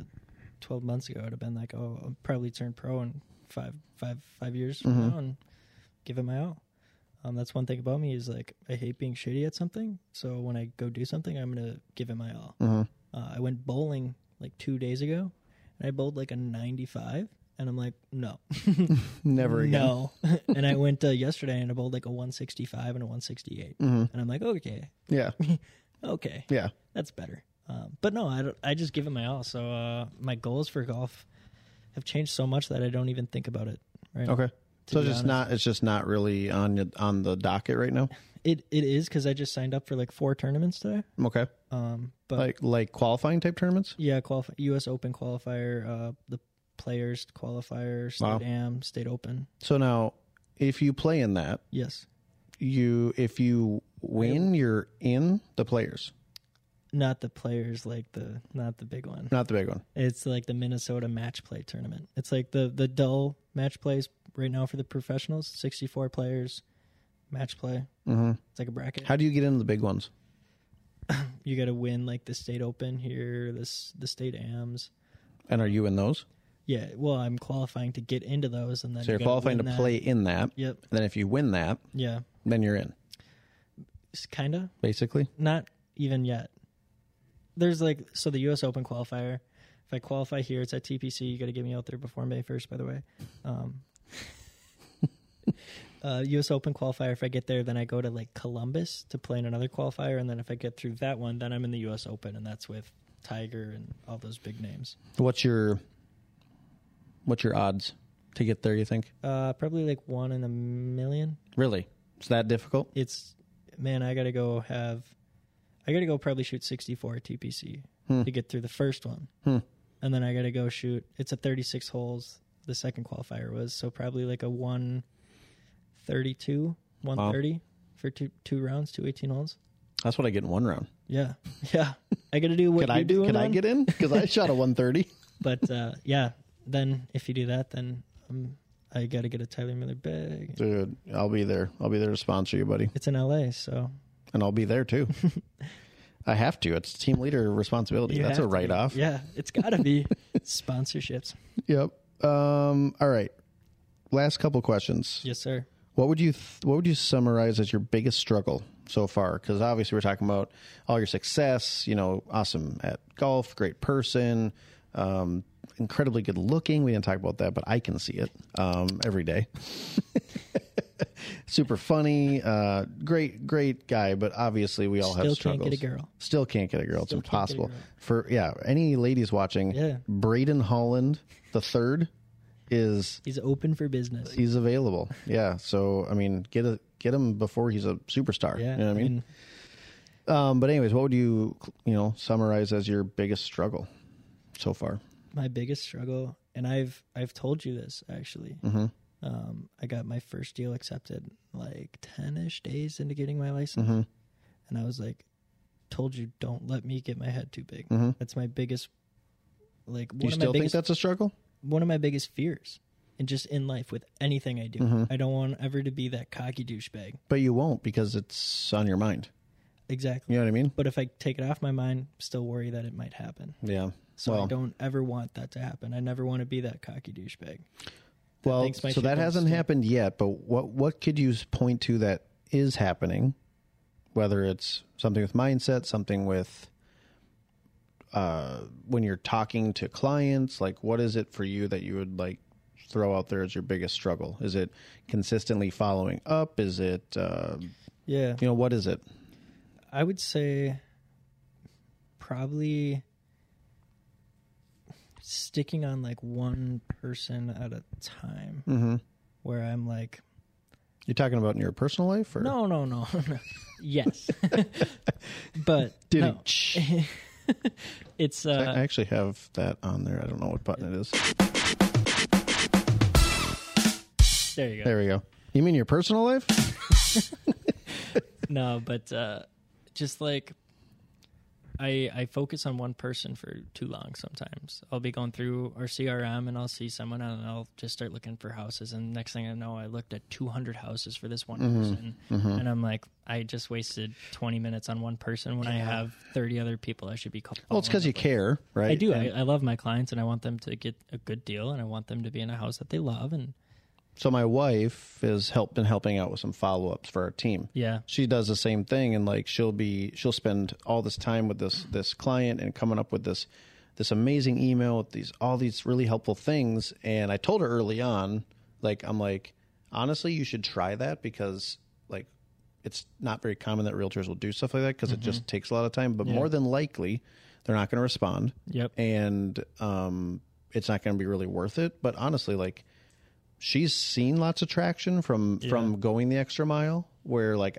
Speaker 2: 12 months ago, I'd have been like, oh, I'll probably turn pro in five, five, five years from now and give it my all. Um, that's one thing about me is like, I hate being shitty at something. So when I go do something, I'm going to give it my all. Uh, I went bowling like two days ago and I bowled like a 95. And I'm like, no,
Speaker 1: Never again.
Speaker 2: (laughs) no. and I went uh, yesterday and I bowled like a 165 and a 168. And I'm like, okay,
Speaker 1: Yeah,
Speaker 2: okay
Speaker 1: yeah.
Speaker 2: that's better. Um, but no, I, don't- I just give it my all. So uh, my goals for golf have changed so much that I don't even think about it. Right?
Speaker 1: Okay.
Speaker 2: To
Speaker 1: So
Speaker 2: be
Speaker 1: it's just
Speaker 2: honest.
Speaker 1: not it's just not really on y- on the docket right now.
Speaker 2: It it is because I just signed up for like four tournaments today.
Speaker 1: Okay.
Speaker 2: Um, but
Speaker 1: Like like qualifying type tournaments.
Speaker 2: yeah, qualify U.S. Open qualifier, uh, the Players qualifier, State
Speaker 1: Wow.
Speaker 2: Am, State Open.
Speaker 1: So now, if you play in that,
Speaker 2: Yes.
Speaker 1: you if you win, you're in the players,
Speaker 2: Not the players, like the not the big one.
Speaker 1: not the big one.
Speaker 2: It's like the Minnesota match play tournament. It's like the the dull match plays right now for the professionals. Sixty four players, match play.
Speaker 1: Mhm.
Speaker 2: It's like a bracket.
Speaker 1: How do you get into the big ones?
Speaker 2: you got to win like the state open here, this the state AMs.
Speaker 1: And are you in those?
Speaker 2: Yeah, well, I'm qualifying to get into those, and then
Speaker 1: So you're
Speaker 2: you gotta
Speaker 1: qualifying to
Speaker 2: win that.
Speaker 1: play in that.
Speaker 2: Yep.
Speaker 1: And then if you win that,
Speaker 2: Yeah,
Speaker 1: then you're in.
Speaker 2: kind of
Speaker 1: Basically.
Speaker 2: not even yet. There's like so the U.S. Open qualifier. If I qualify here, it's at TPC. You got to get me out there before May first, by the way. Um, (laughs) uh, U.S. Open qualifier. If I get there, then I go to like Columbus to play in another qualifier, and then if I get through that one, then I'm in the U.S. Open, and that's with Tiger and all those big names.
Speaker 1: What's your what's your odds to get there? You think
Speaker 2: Uh, probably like one in a million.
Speaker 1: really? It's that difficult?
Speaker 2: It's man, I gotta go have, I gotta go probably shoot sixty four TPC
Speaker 1: Hmm.
Speaker 2: to get through the first one, and then I gotta go shoot. It's a thirty six holes. The second qualifier was so probably like a one thirty two, one thirty for two two rounds, two 18 holes.
Speaker 1: That's what I get in one round.
Speaker 2: Yeah, (laughs) yeah. I gotta do what
Speaker 1: Could
Speaker 2: you
Speaker 1: I
Speaker 2: do.
Speaker 1: could I
Speaker 2: man.
Speaker 1: get in? Because I
Speaker 2: (laughs)
Speaker 1: shot a 130.
Speaker 2: But uh, yeah, then if you do that, then um, I gotta get a Tyler Miller bag.
Speaker 1: Dude, I'll be there. I'll be there to sponsor you, buddy.
Speaker 2: It's in L.A., so
Speaker 1: And I'll be there
Speaker 2: (laughs)
Speaker 1: too. I have to. It's team leader responsibility.
Speaker 2: You
Speaker 1: That's a
Speaker 2: have to be-
Speaker 1: write off.
Speaker 2: Yeah, it's got to
Speaker 1: (laughs)
Speaker 2: be sponsorships.
Speaker 1: Yep. Um, all right. Last couple questions.
Speaker 2: Yes, sir.
Speaker 1: What would you th- What would you summarize as your biggest struggle so far? Because obviously we're talking about all your success. You know, awesome at golf, great person, um, incredibly good looking. We didn't talk about that, but I can see it um, every day. (laughs) Super funny, uh, great, great guy. But obviously we all have
Speaker 2: Still can't
Speaker 1: struggles.
Speaker 2: get a girl.
Speaker 1: Still can't get a girl.
Speaker 2: Still
Speaker 1: it's
Speaker 2: can't get a
Speaker 1: impossible.
Speaker 2: girl.
Speaker 1: For yeah, any ladies watching,
Speaker 2: Yeah.
Speaker 1: Braden Holland the third is
Speaker 2: He's open for business.
Speaker 1: he's available. Yeah. So I mean, get a get him before he's a superstar.
Speaker 2: Yeah,
Speaker 1: You know what I mean? Um, but anyways, what would you you know summarize as your biggest struggle so far?
Speaker 2: my biggest struggle, and I've I've told you this actually.
Speaker 1: Mm-hmm.
Speaker 2: Um, I got my first deal accepted like ten ish days into getting my license,
Speaker 1: Mm-hmm.
Speaker 2: and I was like, "Told you, don't let me get my head too big." That's my biggest. Like,
Speaker 1: Do
Speaker 2: one
Speaker 1: Mm-hmm. you
Speaker 2: of my
Speaker 1: still think
Speaker 2: biggest
Speaker 1: that's a struggle?
Speaker 2: one of my biggest fears, and just in life with anything I do.
Speaker 1: Mm-hmm.
Speaker 2: I don't want ever to be that cocky douchebag.
Speaker 1: But you won't because it's on your mind.
Speaker 2: Exactly.
Speaker 1: You know what I mean?
Speaker 2: But if I take it off my mind, still worry that it might happen.
Speaker 1: Yeah.
Speaker 2: So I
Speaker 1: well,
Speaker 2: don't ever want that to happen. I never want to be that cocky douchebag.
Speaker 1: well,
Speaker 2: thinks my
Speaker 1: so
Speaker 2: shit
Speaker 1: that
Speaker 2: won't
Speaker 1: hasn't
Speaker 2: stick.
Speaker 1: happened yet. But what what could you point to that is happening? Whether it's something with mindset, something with uh, when you're talking to clients, like what is it for you that you would like throw out there as your biggest struggle? Is it consistently following up? Is it uh,
Speaker 2: Yeah.
Speaker 1: you know what is it?
Speaker 2: I would say probably sticking on like one person at a time
Speaker 1: Mm-hmm.
Speaker 2: where I'm like,
Speaker 1: You're talking about in your personal life, or
Speaker 2: no, no, no. (laughs) no.
Speaker 1: (laughs)
Speaker 2: yes. but
Speaker 1: Did
Speaker 2: no. (laughs)
Speaker 1: it-
Speaker 2: it's
Speaker 1: I-
Speaker 2: uh
Speaker 1: I actually have that on there. I don't know what button it is.
Speaker 2: there you go.
Speaker 1: There we go. You mean your personal life?
Speaker 3: no, but uh, just like I I focus on one person for too long sometimes. I'll be going through our CRM and I'll see someone and I'll just start looking for houses and next thing I know I looked at 200 houses for this one
Speaker 1: Mm-hmm.
Speaker 3: person and I'm like I just wasted 20 minutes on one person when I have 30 other people I should be calling.
Speaker 1: Well, it's because you care, right?
Speaker 3: I do.
Speaker 1: And
Speaker 3: I, I love my clients and I want them to get a good deal and I want them to be in a house that they love and
Speaker 1: so my wife has helped been helping out with some follow ups for our team.
Speaker 3: yeah.
Speaker 1: She does the same thing, and like she'll be she'll spend all this time with this this client and coming up with this this amazing email with these all these really helpful things. And I told her early on, like I'm like honestly, you should try that because like it's not very common that realtors will do stuff like that because it just takes a lot of time. But more than likely, they're not going to respond.
Speaker 3: Yep.
Speaker 1: and um, it's not going to be really worth it. But honestly, like she's seen lots of traction from from going the extra mile, where like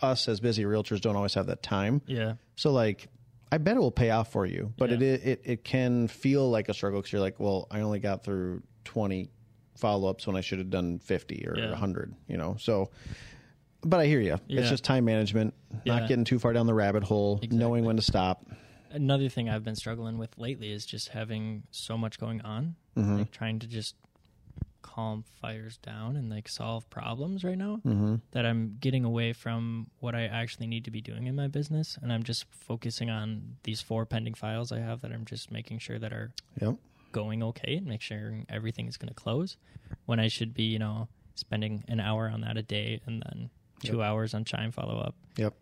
Speaker 1: us as busy realtors don't always have that time.
Speaker 3: Yeah.
Speaker 1: So like, I bet it will pay off for you, but it
Speaker 3: Yeah.
Speaker 1: it it it can feel like a struggle because you're like, well, I only got through twenty follow ups when I should have done fifty or
Speaker 3: Yeah.
Speaker 1: hundred, you know. So. But I hear you. It's
Speaker 3: Yeah.
Speaker 1: just time management,
Speaker 3: Yeah.
Speaker 1: not getting too far down the rabbit hole, knowing when to stop.
Speaker 3: another thing I've been struggling with lately is just having so much going on,
Speaker 1: Mm-hmm.
Speaker 3: like trying to just calm fires down and like solve problems right now
Speaker 1: Mm-hmm.
Speaker 3: that I'm getting away from what I actually need to be doing in my business and I'm just focusing on these four pending files I have that I'm just making sure that are
Speaker 1: Yep.
Speaker 3: going okay and make sure everything is going to close when I should be, you know, spending an hour on that a day and then 2 hours on chime follow up,
Speaker 1: Yep.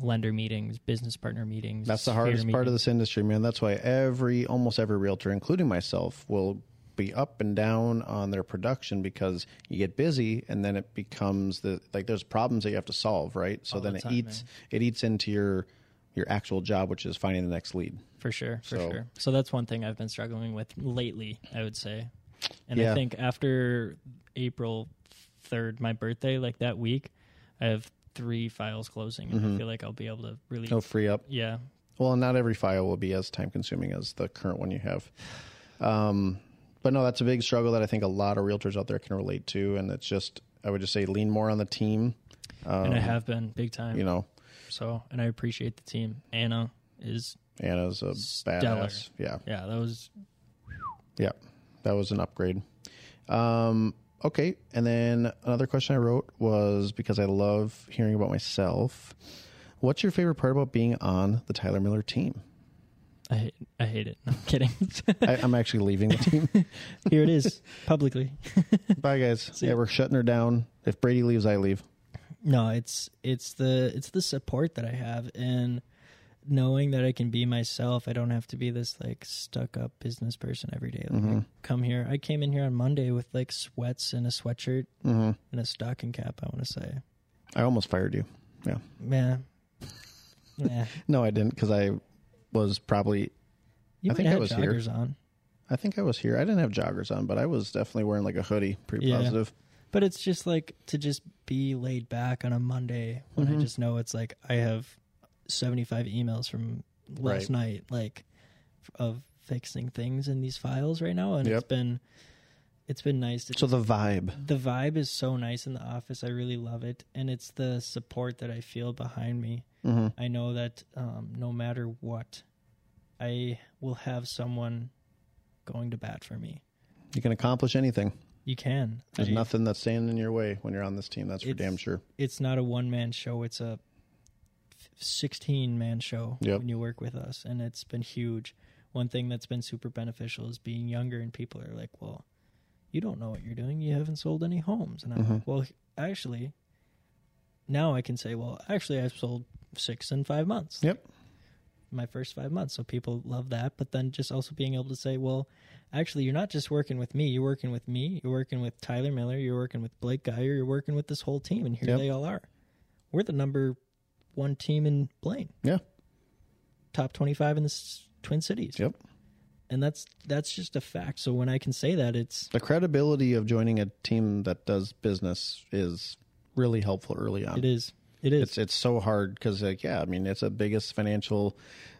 Speaker 3: lender meetings, business partner meetings.
Speaker 1: That's the
Speaker 3: sphere
Speaker 1: hardest part of
Speaker 3: meetings.
Speaker 1: this industry, man. That's why every, almost every realtor, including myself, will be up and down on their production because you get busy and then it becomes the like there's problems that you have to solve, right? So then
Speaker 3: the
Speaker 1: it
Speaker 3: time,
Speaker 1: eats it eats into your your actual job, which is finding the next lead.
Speaker 3: For sure, for
Speaker 1: So-
Speaker 3: sure. So that's one thing I've been struggling with lately, I would say. And
Speaker 1: Yeah.
Speaker 3: I think after April 3rd, my birthday, like that week, I have three files closing and
Speaker 1: Mm-hmm.
Speaker 3: I feel like I'll be able to really
Speaker 1: No free up.
Speaker 3: yeah.
Speaker 1: Well, and not every file will be as time consuming as the current one you have. Um, but no, that's a big struggle that I think a lot of realtors out there can relate to, and it's just I would just say lean more on the team. Um,
Speaker 3: and I have been big time.
Speaker 1: you know,
Speaker 3: so, and I appreciate the team. Anna is
Speaker 1: Anna's a
Speaker 3: Stellar.
Speaker 1: badass. Yeah.
Speaker 3: yeah, that was
Speaker 1: Yeah, that was an upgrade. Um, okay, and then another question I wrote was because I love hearing about myself. What's your favorite part about being on the Tyler Miller team?
Speaker 3: I hate, I hate it. No, I'm kidding. (laughs)
Speaker 1: I, I'm actually leaving the team.
Speaker 2: Here it is publicly.
Speaker 1: Bye, guys. Yeah, we're shutting her down. If Brady leaves, I leave.
Speaker 2: No, it's it's the it's the support that I have and knowing that I can be myself. I don't have to be this like stuck up business person every day. Like
Speaker 1: Mm-hmm.
Speaker 2: I come here. I came in here on Monday with like sweats and a sweatshirt and a stocking cap, I want to say.
Speaker 1: Mm-hmm. I almost fired you. Yeah.
Speaker 2: Man. Yeah.
Speaker 1: No, (laughs) I didn't because I was probably.
Speaker 2: You
Speaker 1: I
Speaker 2: might
Speaker 1: think I
Speaker 2: have
Speaker 1: was here.
Speaker 2: joggers on.
Speaker 1: I think I was here. I didn't have joggers on, but I was definitely wearing like a hoodie. Pretty
Speaker 2: Yeah.
Speaker 1: positive.
Speaker 2: But it's just like to just be laid back on a Monday when
Speaker 1: Mm-hmm.
Speaker 2: I just know it's like I have 75 emails from last
Speaker 1: Right.
Speaker 2: night, like f- of fixing things in these files right now, and it's
Speaker 1: Yep.
Speaker 2: been it's been nice. To,
Speaker 1: So the vibe.
Speaker 2: the vibe is so nice in the office. I really love it, and it's the support that I feel behind me.
Speaker 1: Mm-hmm.
Speaker 2: I know that um, no matter what, I will have someone going to bat for me.
Speaker 1: You can accomplish anything.
Speaker 2: You can.
Speaker 1: There's
Speaker 2: I-
Speaker 1: nothing that's standing in your way when you're on this team. That's for
Speaker 2: It's-
Speaker 1: damn sure.
Speaker 2: It's not a one man show. It's a sixteen man show
Speaker 1: Yep.
Speaker 2: when you work with us, and it's been huge. One thing that's been super beneficial is being younger, and people are like, "Well, you don't know what you're doing. You haven't sold any homes." And I'm
Speaker 1: Mm-hmm.
Speaker 2: like, "Well, actually, now I can say, well, actually, I've sold six in five months."
Speaker 1: Yep.
Speaker 2: my first five months. So people love that. But then just also being able to say, well, actually, you're not just working with me. You're working with me. You're working with Tyler Miller. You're working with Blake Geyer. You're working with this whole team. And here
Speaker 1: Yep.
Speaker 2: they all are. We're the number one team in Blaine,
Speaker 1: Yeah.
Speaker 2: top 25 in the s- Twin Cities.
Speaker 1: Yep.
Speaker 2: And that's that's just a fact. So when I can say that, it's
Speaker 1: The credibility of joining a team that does business is really helpful early on.
Speaker 2: it is it is
Speaker 1: it's it's so hard because like yeah i mean it's the biggest financial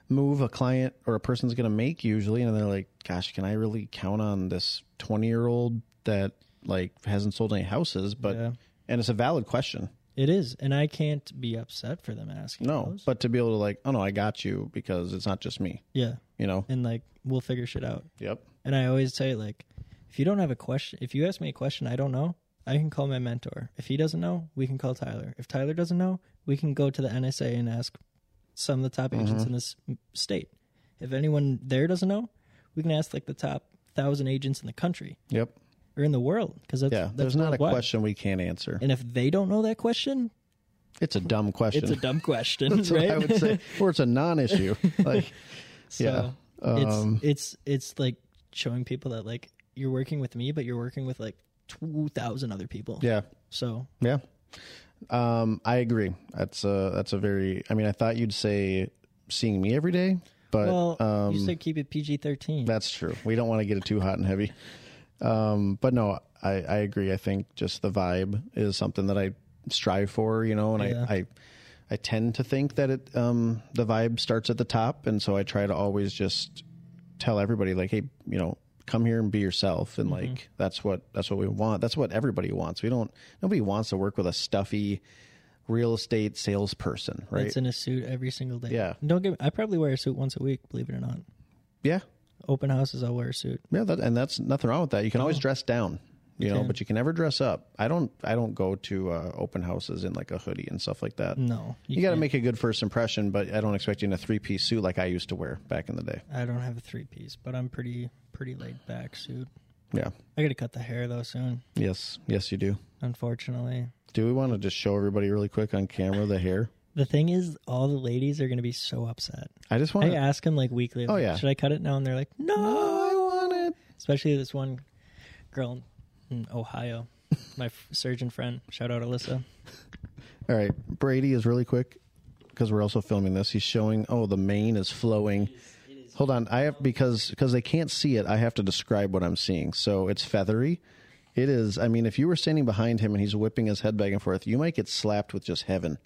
Speaker 1: move a client or a person's going to make usually and they're like gosh can i really count on this 20 year old that like hasn't sold any houses but
Speaker 2: Yeah.
Speaker 1: and it's a valid question
Speaker 2: it is. And I can't be upset for them asking.
Speaker 1: no
Speaker 2: those.
Speaker 1: but to be able to like oh no i got you because it's not just me
Speaker 2: yeah,
Speaker 1: you know
Speaker 2: and like we'll figure shit out.
Speaker 1: yep
Speaker 2: And I always say, like, if you don't have a question, if you ask me a question I don't know, I can call my mentor. If he doesn't know, we can call Tyler. If Tyler doesn't know, we can go to the NSA and ask some of the
Speaker 1: Mm-hmm.
Speaker 2: top agents in this m- state. If anyone there doesn't know, we can ask like the top thousand agents in the country
Speaker 1: yep
Speaker 2: or in the world because that's,
Speaker 1: yeah
Speaker 2: that's
Speaker 1: there's not a
Speaker 2: worldwide.
Speaker 1: question we can't answer
Speaker 2: And if they don't know that question,
Speaker 1: it's a dumb question
Speaker 2: it's a dumb question,
Speaker 1: (laughs) That's what
Speaker 2: right?
Speaker 1: i would say or it's a non-issue like
Speaker 2: (laughs) So
Speaker 1: Yeah. Um,
Speaker 2: it's it's it's like showing people that like you're working with me, but you're working with like two thousand other people.
Speaker 1: yeah
Speaker 2: So
Speaker 1: Yeah. Um, I agree. That's a that's a very. I mean, I thought you'd say seeing me every day, but
Speaker 2: well,
Speaker 1: um,
Speaker 2: you said keep it PG thirteen.
Speaker 1: that's true. We don't want to get it too hot and heavy. Um, but no, I I agree. I think just the vibe is something that I strive for. You know, and
Speaker 2: Yeah.
Speaker 1: I. I I tend to think that it um, the vibe starts at the top, and so I try to always just tell everybody like, hey, you know, come here and be yourself, and
Speaker 2: Mm-hmm.
Speaker 1: like that's what that's what we want. That's what everybody wants. We don't nobody wants to work with a stuffy real estate salesperson, right?
Speaker 2: That's in a suit every single day.
Speaker 1: Yeah.
Speaker 2: Don't get. Me, I probably wear a suit once a week. Believe it or not,
Speaker 1: yeah,
Speaker 2: open houses I'll wear a suit.
Speaker 1: yeah, that, and that's nothing wrong with that. You can always dress down, you know, but you can never dress up. I don't I don't go to uh, open houses in like a hoodie and stuff like that.
Speaker 2: No,
Speaker 1: Mm. You, got to make a good first impression, but I don't expect you in a three piece suit like I used to wear back in the day.
Speaker 2: can't. I don't have a three piece, but I'm pretty pretty laid back suit.
Speaker 1: Yeah.
Speaker 2: I got to cut the hair though soon.
Speaker 1: Yes. Yes, you do.
Speaker 2: Unfortunately,
Speaker 1: Do we want to just show everybody really quick on camera the hair?
Speaker 2: the thing is, all the ladies are gonna be so upset.
Speaker 1: I just want
Speaker 2: I
Speaker 1: to.
Speaker 2: ask them like weekly. like,
Speaker 1: Oh, yeah.
Speaker 2: Should I cut it now? And they're like, No.
Speaker 1: Oh, I want it.
Speaker 2: Especially this one girl in
Speaker 1: (laughs)
Speaker 2: Ohio, my f- surgeon friend. Shout out Alyssa.
Speaker 1: All right, Brady is really quick because we're also filming this. He's showing. Oh, the mane is flowing. Hold on, I have because because they can't see it. I have to describe what I'm seeing. So it's feathery. It is. I mean, if you were standing behind him and he's whipping his head back and forth, you might get slapped with just heaven,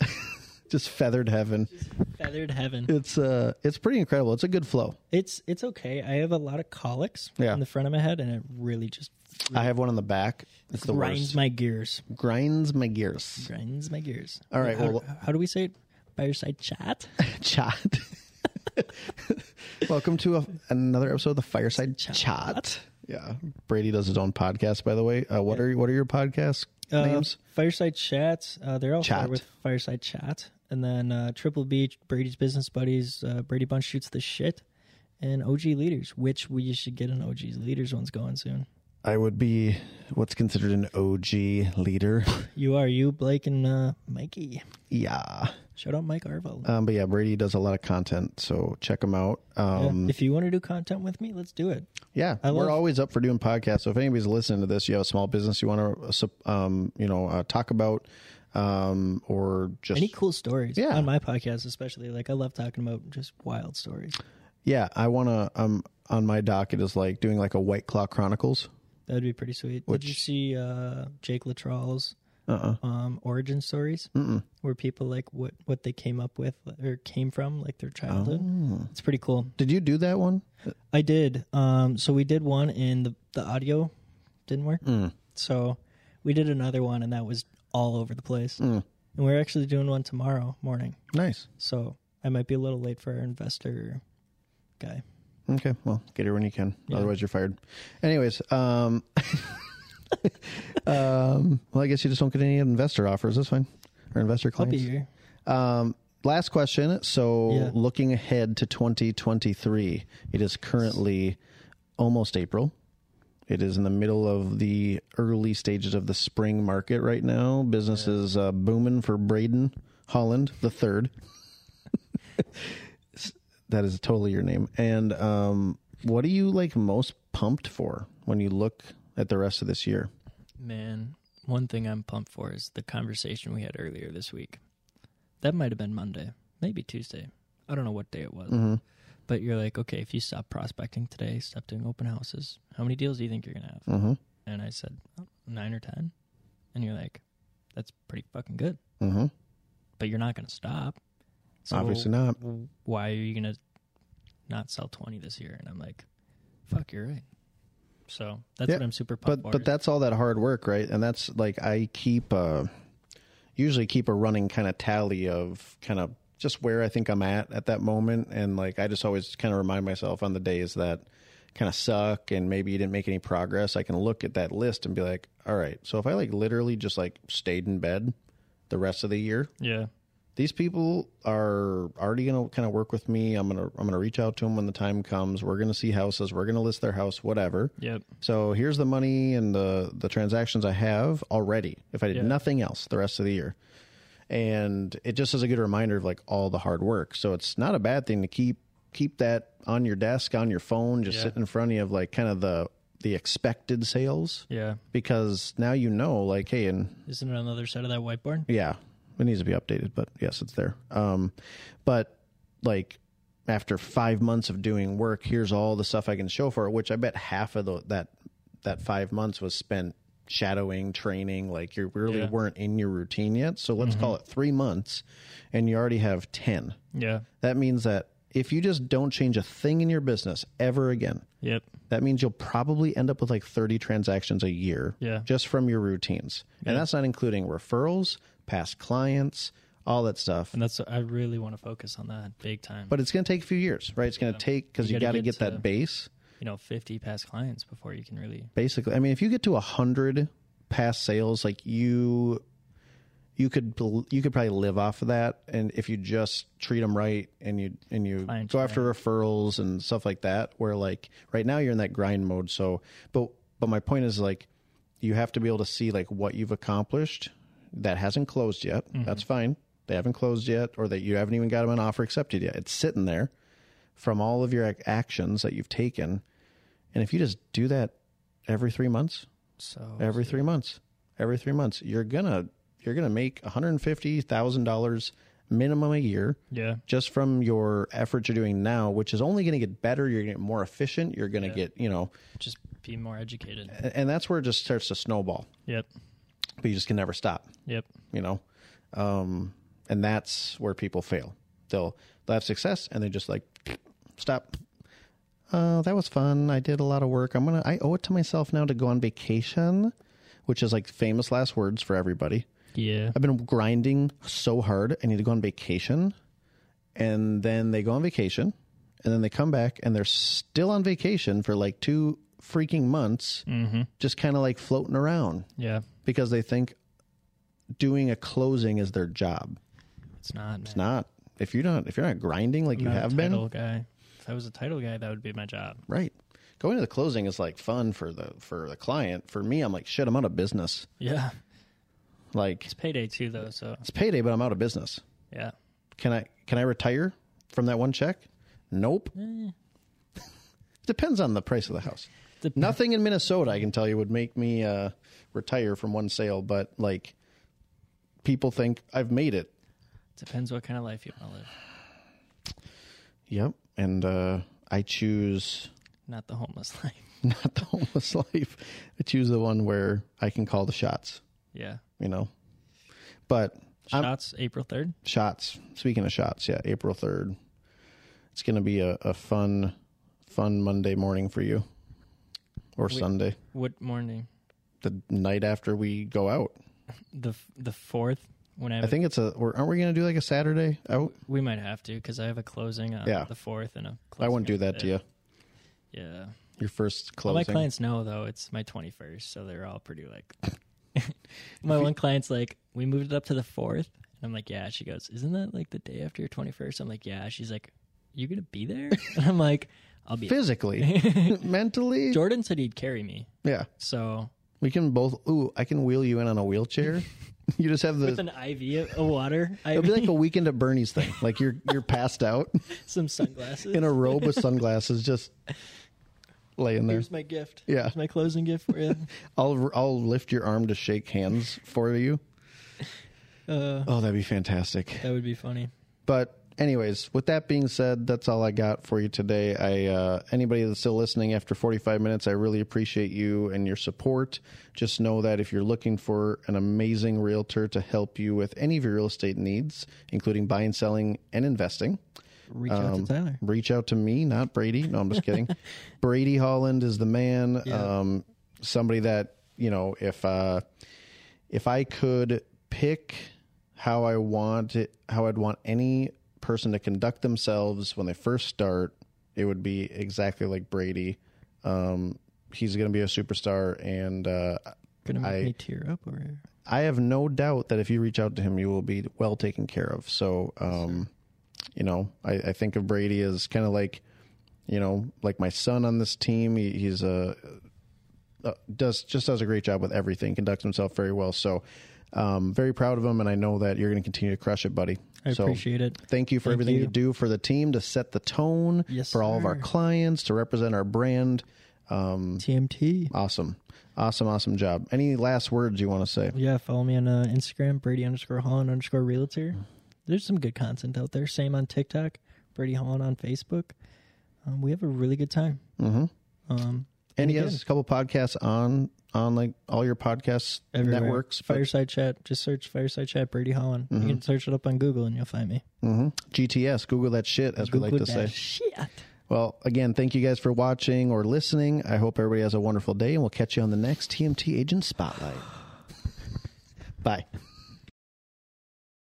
Speaker 1: (laughs) just feathered heaven.
Speaker 2: Feathered heaven.
Speaker 1: It's uh, it's pretty incredible. It's a good flow.
Speaker 2: It's it's okay. I have a lot of colics
Speaker 1: Yeah.
Speaker 2: in the front of my head, and it really just
Speaker 1: I have one on the back. It's the
Speaker 2: grinds
Speaker 1: worst.
Speaker 2: my gears.
Speaker 1: grinds my gears.
Speaker 2: Grinds my gears.
Speaker 1: All right,
Speaker 2: How,
Speaker 1: well-
Speaker 2: how do we say it? Fireside chat.
Speaker 1: Chat. (laughs) Welcome to a, another episode of the Fireside Chat.
Speaker 2: Chat.
Speaker 1: Yeah, Brady does his own podcast, by the way. Uh, what are what are your podcast
Speaker 2: Uh,
Speaker 1: names?
Speaker 2: Fireside chats. Uh, they're all
Speaker 1: Chat.
Speaker 2: chat. with fireside chat, and then uh, Triple B, Brady's business buddies, uh, Brady Bunch shoots the shit, and OG leaders, which we should get an OG leaders one's going soon.
Speaker 1: I would be what's considered an OG leader. (laughs)
Speaker 2: You are you, Blake and uh, Mikey.
Speaker 1: yeah,
Speaker 2: Shout out Mike Arvell.
Speaker 1: um, but yeah, Brady does a lot of content, so check him out. Um,
Speaker 2: if you want to do content with me, let's do it.
Speaker 1: Yeah,
Speaker 2: I
Speaker 1: we're
Speaker 2: love-
Speaker 1: always up for doing podcasts. So if anybody's listening to this, you have a small business you want to, um, you know, uh, talk about, um, or just
Speaker 2: Any cool stories?
Speaker 1: Yeah.
Speaker 2: On my podcast, especially. Like, I love talking about just wild stories.
Speaker 1: yeah, I want to. Um, on my docket is like doing like a White Claw Chronicles.
Speaker 2: That'd be pretty sweet. Did you see uh, Jake Latrell's um, origin stories, Mm-mm. where people like what what they came up with or came from, like their childhood? It's pretty cool.
Speaker 1: Did you do that one?
Speaker 2: I did. Um, so we did one, and the the audio didn't work. So we did another one, and that was all over the place. And we're actually doing one tomorrow morning.
Speaker 1: Nice.
Speaker 2: So I might be a little late for our investor guy.
Speaker 1: Okay, well, get here when you can.
Speaker 2: Yeah.
Speaker 1: Otherwise, you're fired. Anyways, um, (laughs) um, well, I guess you just don't get any investor offers. That's fine, or investor
Speaker 4: I'll be
Speaker 1: claims.
Speaker 4: here.
Speaker 1: Um, last question. So,
Speaker 4: Yeah.
Speaker 1: looking ahead to 2023, it is currently almost April. It is in the middle of the early stages of the spring market right now. Business is uh, booming for Braden Holland the third. that is totally your name. And um, what are you like most pumped for when you look at the rest of this year?
Speaker 2: Man, one thing I'm pumped for is the conversation we had earlier this week. That might have been Monday, maybe Tuesday. I don't know what day it was.
Speaker 1: Mm. Mm-hmm.
Speaker 2: But you're like, okay, if you stop prospecting today, stop doing open houses, how many deals do you think you're going to have?
Speaker 1: Mm-hmm.
Speaker 2: And I said, "Oh, nine or 10. And you're like, that's pretty fucking good.
Speaker 1: Mm-hmm.
Speaker 2: But you're not going to stop. So
Speaker 1: Obviously not.
Speaker 2: why are you going to not sell 20 this year? And I'm like, fuck, you're right. So that's
Speaker 1: Yeah,
Speaker 2: what I'm super pumped
Speaker 1: but
Speaker 2: for.
Speaker 1: but that's all that hard work right and that's like i keep uh usually keep a running kind of tally of kind of just where i think i'm at at that moment and like i just always kind of remind myself on the days that kind of suck and maybe you didn't make any progress i can look at that list and be like all right so if i like literally just like stayed in bed the rest of the year
Speaker 2: yeah.
Speaker 1: these people are already going to kind of work with me i'm going to i'm going to reach out to them when the time comes we're going to see houses we're going to list their house whatever
Speaker 2: Yep.
Speaker 1: so here's the money and the the transactions I have already. If I did
Speaker 2: Yeah.
Speaker 1: nothing else the rest of the year, and it just is a good reminder of like all the hard work. So it's not a bad thing to keep keep that on your desk, on your phone, just
Speaker 2: Yeah.
Speaker 1: sitting in front of you of like kind of the the expected sales
Speaker 2: Yeah.
Speaker 1: because now you know like hey and
Speaker 2: Isn't it on the other side of that whiteboard?
Speaker 1: yeah, it needs to be updated, but yes, it's there. Um, but like after five months of doing work, here's all the stuff I can show for it. Which I bet half of the, that that five months was spent shadowing, training. Like you really
Speaker 2: Yeah.
Speaker 1: weren't in your routine yet. So let's call it three months, and you already have ten.
Speaker 2: Yeah.
Speaker 1: That means that if you just don't change a thing in your business ever again,
Speaker 2: Yep.
Speaker 1: that means you'll probably end up with like 30 transactions a year
Speaker 2: Yeah.
Speaker 1: just from your routines. And that's not including referrals, past clients, all that stuff.
Speaker 2: And that's I really want to focus on that big time.
Speaker 1: But it's going to take a few years, right? It's going to take because
Speaker 2: You
Speaker 1: you got
Speaker 2: gotta
Speaker 1: to get
Speaker 2: get to-
Speaker 1: that base.
Speaker 2: you know, 50 past clients before you can really
Speaker 1: Basically, I mean, if you get to 100 past sales, like you you could bel- you could probably live off of that and if you just treat them right and you and you
Speaker 2: Clients,
Speaker 1: go after referrals and stuff like that where like right now you're in that grind mode so but but my point is like you have to be able to see like what you've accomplished that hasn't closed yet that's fine they haven't closed yet or that you haven't even got them an offer accepted yet it's sitting there from all of your ac- actions that you've taken and if you just do that every 3 months
Speaker 2: so
Speaker 1: every three months every three months you're gonna you're gonna make $150000 minimum a year
Speaker 2: yeah
Speaker 1: just from your efforts you're doing now which is only gonna get better you're gonna get more efficient you're gonna get you know
Speaker 2: just be more educated
Speaker 1: a- and that's where it just starts to snowball
Speaker 2: yep
Speaker 1: but you just can never stop
Speaker 2: yep
Speaker 1: you know um, and that's where people fail they'll they'll have success and they just like stop uh, that was fun i did a lot of work i'm gonna i owe it to myself now to go on vacation which is like famous last words for everybody
Speaker 2: yeah
Speaker 1: I've been grinding so hard. I need to go on vacation. And then they go on vacation and then they come back and they're still on vacation for like two freaking months, just kind of like floating around
Speaker 2: Mm-hmm. yeah
Speaker 1: because they think doing a closing is their job.
Speaker 2: it's not man.
Speaker 1: It's not. If you're not if you're not grinding like you
Speaker 2: I'm not a
Speaker 1: have been,
Speaker 2: title guy if I was a title guy that would be my job
Speaker 1: right. Going to the closing is like fun for the for the client. For me, I'm like shit, I'm out of business.
Speaker 2: yeah
Speaker 1: Like
Speaker 2: it's payday too though so
Speaker 1: it's payday, but I'm out of business.
Speaker 2: yeah
Speaker 1: Can I can I retire from that one check? Nope.
Speaker 2: Eh.
Speaker 1: (laughs) Depends on the price of the house.
Speaker 2: Dep-
Speaker 1: Nothing in Minnesota I can tell you would make me uh, retire from one sale, but like people think I've made it.
Speaker 2: depends what kind of life you want to live
Speaker 1: Yep, and uh, I choose (laughs)
Speaker 2: not the homeless (laughs) life
Speaker 1: not the homeless life. I choose the one where I can call the shots.
Speaker 2: yeah
Speaker 1: You know, but I'm-
Speaker 2: shots April 3rd
Speaker 1: shots. Speaking of shots, yeah, April third. It's gonna be a, a fun, fun Monday morning for you, or Sunday,
Speaker 2: what morning
Speaker 1: the night after we go out.
Speaker 2: the f- the fourth when I, have
Speaker 1: I think it's a. We're, aren't we gonna do like a Saturday out?
Speaker 2: a, we might have to because I have a closing on
Speaker 1: Yeah.
Speaker 2: the fourth and a
Speaker 1: I
Speaker 2: closing
Speaker 1: wouldn't do
Speaker 2: on the
Speaker 1: that to
Speaker 2: fifth.
Speaker 1: you.
Speaker 3: Yeah.
Speaker 1: Your first
Speaker 3: All
Speaker 1: closing.
Speaker 3: my clients know though it's my 21st, so they're all pretty like. (laughs) my one client's like, we moved it up to the fourth, and I'm like, yeah. She goes, isn't that like the day after your 21st? I'm like, yeah. She's like, you gonna be there? (laughs) and I'm like, I'll be. (laughs)
Speaker 1: Physically, mentally.
Speaker 3: Jordan said he'd carry me,
Speaker 1: Yeah.
Speaker 3: so
Speaker 1: We can both. Ooh, I can wheel you in on a (laughs) wheelchair. you just have
Speaker 3: with
Speaker 1: the.
Speaker 3: an IV of water,
Speaker 1: It'll
Speaker 3: IV,
Speaker 1: be like a weekend at Bernie's thing. Like you're you're passed out
Speaker 3: (laughs) some sunglasses.
Speaker 1: in a robe with sunglasses, just laying there.
Speaker 2: Here's my gift.
Speaker 1: Yeah.
Speaker 2: Here's my closing gift for you.
Speaker 1: (laughs) I'll I'll lift your arm to shake hands for you.
Speaker 2: Uh,
Speaker 1: Oh, that'd be fantastic.
Speaker 2: that would be funny.
Speaker 1: But anyways, with that being said, that's all I got for you today. I uh, anybody that's still listening after 45 minutes, I really appreciate you and your support. Just know that if you're looking for an amazing realtor to help you with any of your real estate needs, including buying, selling, and investing,
Speaker 2: Reach out
Speaker 1: Um,
Speaker 2: to Tyler.
Speaker 1: reach out to me, not Brady. No, I'm just kidding. Brady Holland is the man.
Speaker 2: Yeah.
Speaker 1: Um, somebody that you know, if uh, if I could pick how I want it, how I'd want any person to conduct themselves when they first start, it would be exactly like Brady. Um, he's going to be a superstar, and uh,
Speaker 2: Gonna make
Speaker 1: I-
Speaker 2: me tear up over here.
Speaker 1: I have no doubt that if you reach out to him, you will be well taken care of. So, um, you know, I, I think of Brady as kind of like, you know, like my son on this team. He, he's a uh, does just does a great job with everything. Conducts himself very well. So, um, very proud of him, and I know that you're going to continue to crush it, buddy.
Speaker 2: I
Speaker 1: so,
Speaker 2: appreciate it.
Speaker 1: Thank you for
Speaker 2: Thank
Speaker 1: everything you.
Speaker 2: you.
Speaker 1: do for the team to set the tone
Speaker 2: Yes,
Speaker 1: for all of our
Speaker 2: sir.
Speaker 1: clients to represent our brand. Um,
Speaker 2: TMT.
Speaker 1: awesome, awesome, awesome job. Any last words you want to say?
Speaker 2: Yeah, follow me on uh, Instagram, Brady underscore Holland underscore Realtor.
Speaker 1: Mm.
Speaker 2: There's some good content out there. Same on TikTok, Brady Holland on Facebook. Um, we have a really good time.
Speaker 1: Mm-hmm.
Speaker 2: Um,
Speaker 1: and he
Speaker 2: again,
Speaker 1: has a couple podcasts on on like all your podcast
Speaker 2: everywhere.
Speaker 1: networks. but- Mm-hmm.
Speaker 2: Fireside Chat. Just search Fireside Chat Brady Holland. You can search it up on Google and you'll find me.
Speaker 1: Mhm. GTS, Google that shit, as we like
Speaker 2: Google
Speaker 1: to
Speaker 2: that
Speaker 1: say.
Speaker 2: Shit.
Speaker 1: Well, again, thank you guys for watching or listening. I hope
Speaker 2: (sighs)
Speaker 1: everybody has a wonderful day, and we'll catch you on the next TMT Agent Spotlight. Bye.